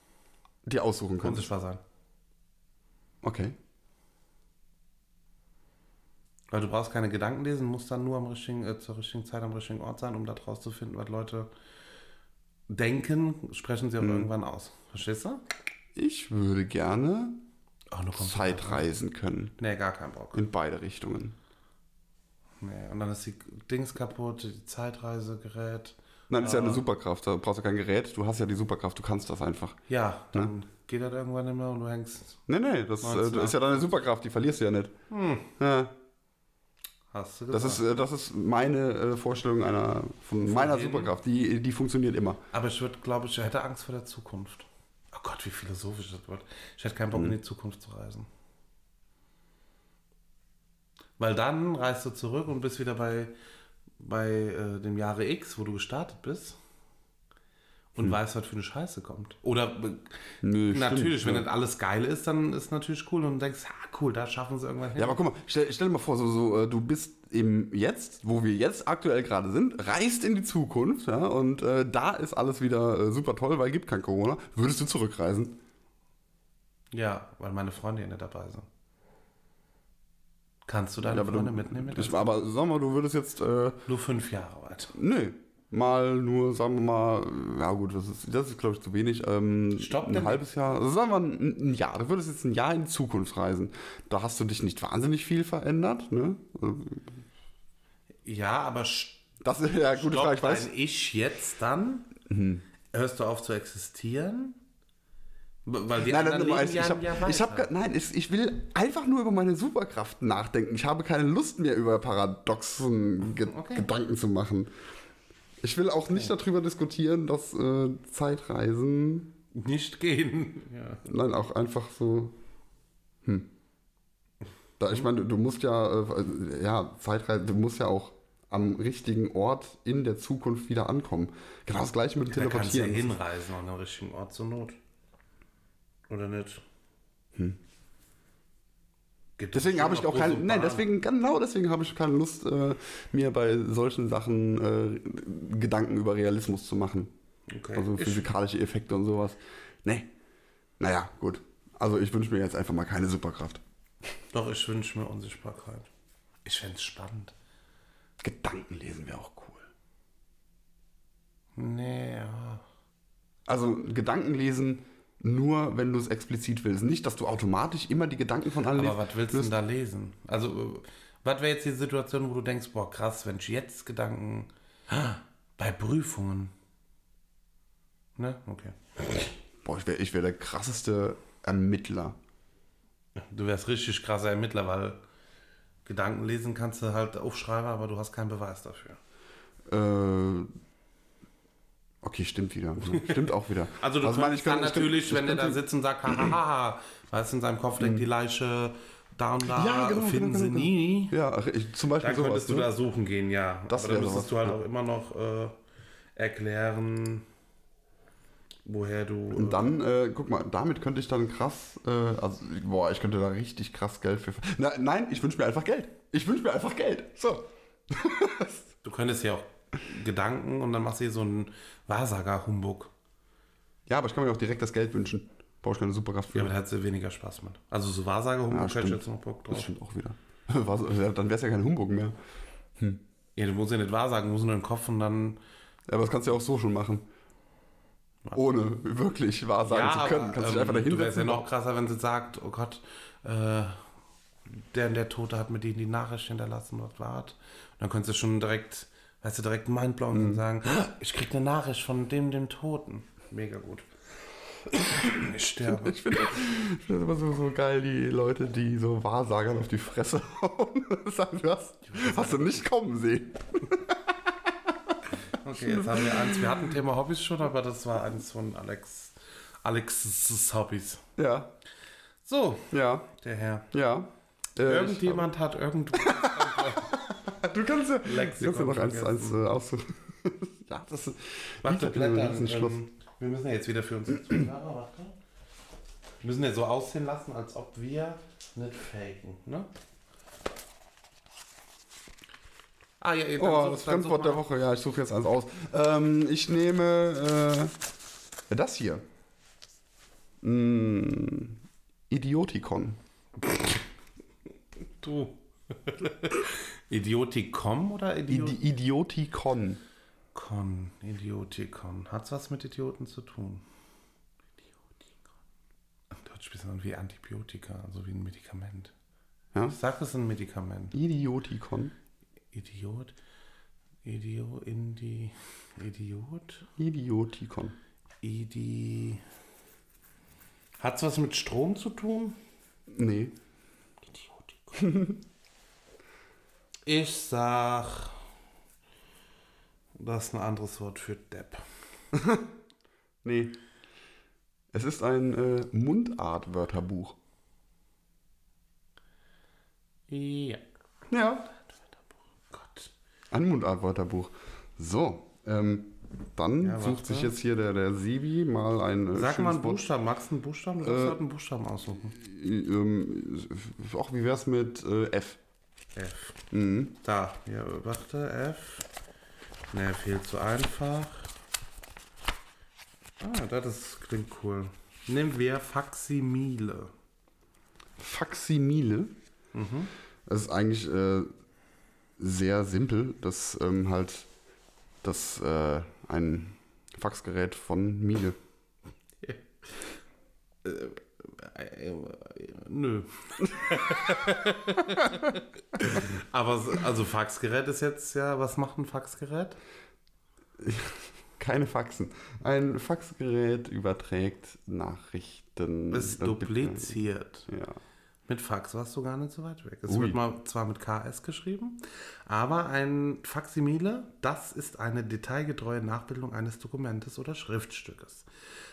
B: dir aussuchen könntest.
A: unsichtbar sein.
B: Okay.
A: Weil du brauchst keine Gedanken lesen, musst dann nur am richtigen, äh, zur richtigen Zeit am richtigen Ort sein, um da draus zu finden, was Leute denken, sprechen sie auch irgendwann aus. Verstehst du?
B: Ich würde gerne
A: Ach, nur kommt.
B: Zeitreisen können.
A: Nee, gar keinen Bock.
B: In beide Richtungen.
A: Nee. Und dann ist die Dings kaputt, die Zeitreisegerät.
B: Nein, ist ja
A: Ah.
B: eine Superkraft. Da brauchst du kein Gerät. Du hast ja die Superkraft. Du kannst das einfach.
A: Ja, dann geht das irgendwann immer und du hängst.
B: Nee, nee, das
A: Meinst
B: äh,
A: du? Hm.
B: ist ja deine Superkraft. Die verlierst du ja nicht. Ja,
A: Hast du
B: das,
A: gesagt.
B: ist, äh, das ist meine äh, Vorstellung einer, von meiner
A: jedem?
B: Superkraft. Die, die funktioniert immer.
A: Aber ich würde, glaube ich, ich hätte Angst vor der Zukunft. Oh Gott, wie
B: Mhm.
A: philosophisch das wird. Ich hätte keinen Bock, in die Zukunft zu reisen. Weil dann reist du zurück und bist wieder bei, bei äh, dem Jahre X, wo du gestartet bist. Und
B: Hm.
A: weißt, was für eine Scheiße kommt. Oder äh,
B: Nö, stimmt,
A: natürlich, wenn
B: ja.
A: das alles geil ist, dann ist natürlich cool. Und du denkst, ah, cool, da schaffen sie irgendwann hin.
B: Ja, aber guck mal, stell, stell dir mal vor, so, so, äh, du bist eben jetzt, wo wir jetzt aktuell gerade sind, reist in die Zukunft, ja, und äh, da ist alles wieder äh, super toll, weil gibt kein Corona. Würdest du zurückreisen?
A: Ja, weil meine Freunde ja nicht dabei sind. Kannst du deine
B: Ja, aber du,
A: Freunde mitnehmen? Mit
B: ich, aber sag mal, du würdest jetzt, äh,
A: Nur fünf Jahre alt.
B: nö, mal nur, sagen wir mal, äh, ja gut, das ist, das ist glaube ich zu wenig. Ähm,
A: Stopp,
B: ein
A: denn-
B: halbes Jahr, also sagen wir mal ein, ein Jahr. Du würdest jetzt ein Jahr in die Zukunft reisen. Da hast du dich nicht wahnsinnig viel verändert, ne?
A: Ja, aber st
B: Das ist ja eine gute Frage,
A: stoppt
B: ich weiß. Mhm.
A: ein Ich jetzt dann? Hörst du auf zu existieren? B- Weil die
B: Nein, nein,
A: anderen
B: nein,
A: nein, leben
B: ich
A: ja
B: habe
A: ein Jahr
B: ich hab,
A: weiter.
B: ge- nein, ich, ich will einfach nur über meine Superkraft nachdenken. Ich habe keine Lust mehr über paradoxen Ge
A: Okay.
B: Gedanken zu machen. Ich will auch nicht darüber diskutieren, dass äh, Zeitreisen,
A: Nicht gehen. Ja.
B: nein, auch einfach so. Hm. Da,
A: Hm.
B: ich meine, du musst ja, äh, ja, Zeitreisen, du musst ja auch am richtigen Ort in der Zukunft wieder ankommen. Genau das gleiche mit dem
A: Da kannst du ja
B: Teleportieren.
A: hinreisen an den richtigen Ort zur Not. Oder nicht? Gibt
B: Hm. Deswegen
A: schon
B: habe ich
A: noch
B: auch keine,
A: große
B: nein,
A: Bahnen.
B: deswegen, genau deswegen habe ich keine Lust, äh, mir bei solchen Sachen äh, Gedanken über Realismus zu machen.
A: Okay.
B: Also
A: ich,
B: physikalische Effekte und sowas. Nee. Naja, gut. Also ich wünsche mir jetzt einfach mal keine Superkraft.
A: doch, ich wünsche mir Unsichtbarkeit. Ich fände es spannend.
B: Gedanken lesen wäre auch cool.
A: Nee, ja.
B: Also Gedanken lesen nur, wenn du es explizit willst. Nicht, dass du automatisch immer die Gedanken von allen
A: Aber
B: liest.
A: was willst du denn da lesen? Also, äh, was wäre jetzt die Situation, wo du denkst, boah, krass, wenn ich jetzt Gedanken. Ah, Bei Prüfungen. Ne? Okay.
B: Boah, ich wäre ich wär der krasseste Ermittler.
A: Du wärst richtig krasser Ermittler, weil Gedanken lesen kannst du halt aufschreiben, aber du hast keinen Beweis dafür.
B: Äh, okay, stimmt wieder. ne? Stimmt auch wieder.
A: Also, du
B: ich meine,
A: kannst
B: ich kann-
A: dann
B: ich kann-
A: natürlich,
B: ich
A: wenn der
B: könnte- Mhm.
A: da sitzt und sagt, hahaha, weißt du, in seinem Kopf denkt die Leiche da und da,
B: Ja, genau,
A: finden
B: genau,
A: sie
B: genau,
A: nie.
B: Ja, ach, ich, zum
A: Da
B: Beispiel sowas.
A: könntest du
B: ne?
A: da suchen gehen, ja.
B: Das
A: Aber dann
B: wäre
A: müsstest
B: sowas,
A: du halt
B: ja.
A: auch immer noch äh, erklären, woher du. Äh,
B: Und dann, äh, guck mal, damit könnte ich dann krass, äh, also, boah, ich könnte da richtig krass Geld für. Na, nein, ich wünsche mir einfach Geld. Ich wünsche mir einfach Geld. So.
A: du könntest ja auch Gedanken und dann machst du hier so einen Wahrsager-Humbug.
B: Ja, aber ich kann mir auch direkt das Geld wünschen. Brauche ich keine Superkraft für.
A: Ja, aber da hättest du weniger Spaß mit. Also so Wahrsager-Humbug
B: Ja,
A: hätte ich
B: stimmt.
A: jetzt noch Bock
B: das
A: drauf.
B: stimmt auch wieder. Was, ja, dann wäre es ja kein Humbug mehr.
A: Ja, du musst ja nicht wahrsagen, du musst nur den Kopf und dann.
B: Ja, Aber das kannst du ja auch so schon machen. Ohne wirklich wahr sagen
A: ja, ähm,
B: zu können. Kannst dich einfach
A: Du
B: dahin
A: wärst ja
B: setzen.
A: noch krasser, wenn sie sagt, oh Gott, äh, der und der Tote hat mir die, die Nachricht hinterlassen, was war das? Und dann könntest du schon direkt, weißt du, direkt mindblown
B: Mhm.
A: und sagen, "Ah, ich krieg eine Nachricht von dem, dem Toten. Mega gut. Ich sterbe.
B: Ich finde ich finde das immer so, so geil, die Leute, die so Wahrsagern auf die Fresse hauen. Sagen, du hast, hast du nicht kommen sehen.
A: Okay, jetzt haben wir eins. Wir hatten Thema Hobbys schon, aber das war eins von Alex. Alex's Hobbys.
B: Ja,
A: So,
B: ja,
A: der Herr.
B: ja. Äh,
A: Irgendjemand hat irgendwo.
B: ich- Du kannst ja, kannst ja
A: Lexikon
B: noch eins, eins
A: vergessen.
B: äh, aussuchen. ja, das ist.
A: Warte,
B: liegt ja in einem
A: Blätter.
B: riesen Schloss.
A: Ähm, wir müssen ja jetzt wieder für uns Zuhörer, warte. Wir müssen ja so aussehen lassen, als ob wir nicht faken, ne? Ah, ja, ja, dann
B: Oh,
A: such-
B: das
A: dann
B: Fremdwort
A: such
B: der
A: mal.
B: Woche. Ja, ich suche jetzt eins aus. Ähm, ich nehme äh, das hier. Mm, Idiotikon.
A: Du. Idiotikom oder Idiotikon?
B: Idi Idiotikon.
A: Idiotikon. Hat's was mit Idioten zu tun? Idiotikon. Im Deutsch bist du wie Antibiotika, also wie ein Medikament.
B: Ja?
A: Ich sag, es ist ein Medikament.
B: Idiotikon.
A: Idiot. Idio, Indi, Idiot.
B: Idiotikon.
A: Idi. Hat's was mit Strom zu tun?
B: Nee.
A: Idiotikum. ich sag. Das ist ein anderes Wort für Depp.
B: Nee. Es ist ein äh, Mundart-Wörterbuch.
A: Ja.
B: Ja. Ein Mundartwörterbuch. So, ähm, dann
A: Ja,
B: sucht
A: warte.
B: sich jetzt hier der, der Sibi mal ein äh,
A: Sag mal
B: schönes
A: einen Buchstaben. Magst du einen Buchstaben? Du darfst halt einen Buchstaben aussuchen.
B: Wort. Ähm, auch wie wär's mit äh, F? Mhm.
A: F. Da. Ja, warte. F. Ne, viel zu einfach. Ah, das ist, klingt cool. Nehmen wir Faximile.
B: Faximile.
A: Mhm.
B: Das ist eigentlich äh, sehr simpel, dass ähm, halt das äh, ein Faxgerät von Miele.
A: Äh, äh, Nö. Aber s- also Faxgerät ist jetzt ja, was macht ein Faxgerät?
B: Keine Faxen. Ein Faxgerät überträgt Nachrichten.
A: Ist
B: Dann-
A: dupliziert.
B: Ja.
A: Mit Fax warst du gar nicht so weit weg. Es
B: Ui.
A: wird mal zwar mit KS geschrieben, aber ein Faximile, das ist eine detailgetreue Nachbildung eines Dokumentes oder Schriftstückes.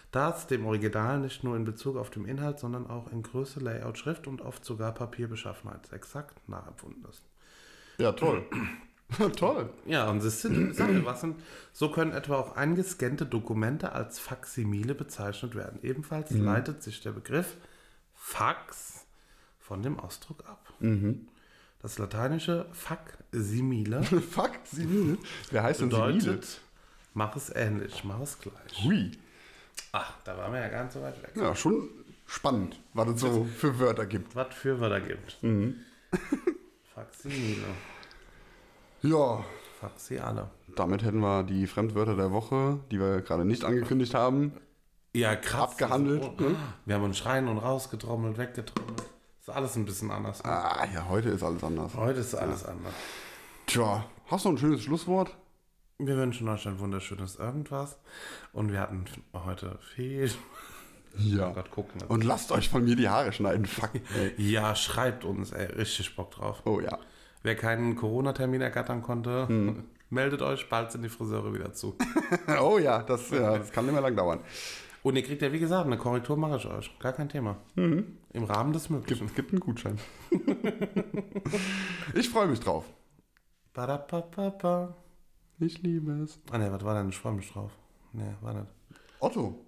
A: Das dem Original nicht nur in Bezug auf den Inhalt, sondern auch in Größe, Layout, Schrift und oft sogar Papierbeschaffenheit exakt nachempfunden ist.
B: ja, toll. toll.
A: Ja, und das sind Sache, was sind, so können etwa auch eingescannte Dokumente als Faximile bezeichnet werden. Ebenfalls leitet sich der Begriff Fax von dem Ausdruck ab. Das lateinische Faximile
B: Fuck, Simile. Wer heißt denn Simile?
A: bedeutet, mach es ähnlich, mach es gleich.
B: Hui.
A: Ach, da waren wir ja gar nicht so weit weg.
B: Ja, schon spannend, was es so für Wörter gibt.
A: Was für Wörter gibt. Faximile.
B: Ja,
A: Faxi alle.
B: damit hätten wir die Fremdwörter der Woche, die wir gerade nicht angekündigt haben.
A: Ja, krass.
B: Abgehandelt,
A: Also, oh, Wir haben uns rein und rausgetrommelt, weggetrommelt. Ist alles ein bisschen anders. Ne?
B: Ah, ja, heute ist alles anders.
A: Heute ist alles anders.
B: Tja, hast du ein schönes Schlusswort?
A: Wir wünschen euch ein wunderschönes Irgendwas. Und wir hatten heute viel.
B: Ja.
A: Oh Gott, gucken. wir.
B: Und lasst euch von mir die Haare schneiden. Fuck. Ey.
A: Ja, schreibt uns, ey. Richtig Bock drauf.
B: Oh ja.
A: Wer keinen Corona-Termin ergattern konnte, meldet euch. Bald sind die Friseure wieder zu.
B: Oh ja, das, ja, das kann nicht mehr lang dauern.
A: Und ihr kriegt ja, wie gesagt, eine Korrektur mache ich euch. Gar kein Thema. Im Rahmen des Möglichen.
B: Gibt, gibt einen Gutschein. ich freue mich drauf.
A: Badapapapa.
B: Ich liebe es.
A: Ah, ne, was war denn? Ich freue mich drauf. Ne, war nicht.
B: Otto.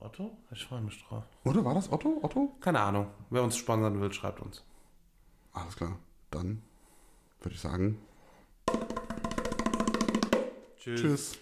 A: Otto? Ich freue mich drauf.
B: Oder war das Otto? Otto?
A: Keine Ahnung. Wer uns sponsern will, schreibt uns.
B: Alles klar. Dann würde ich sagen, tschüss.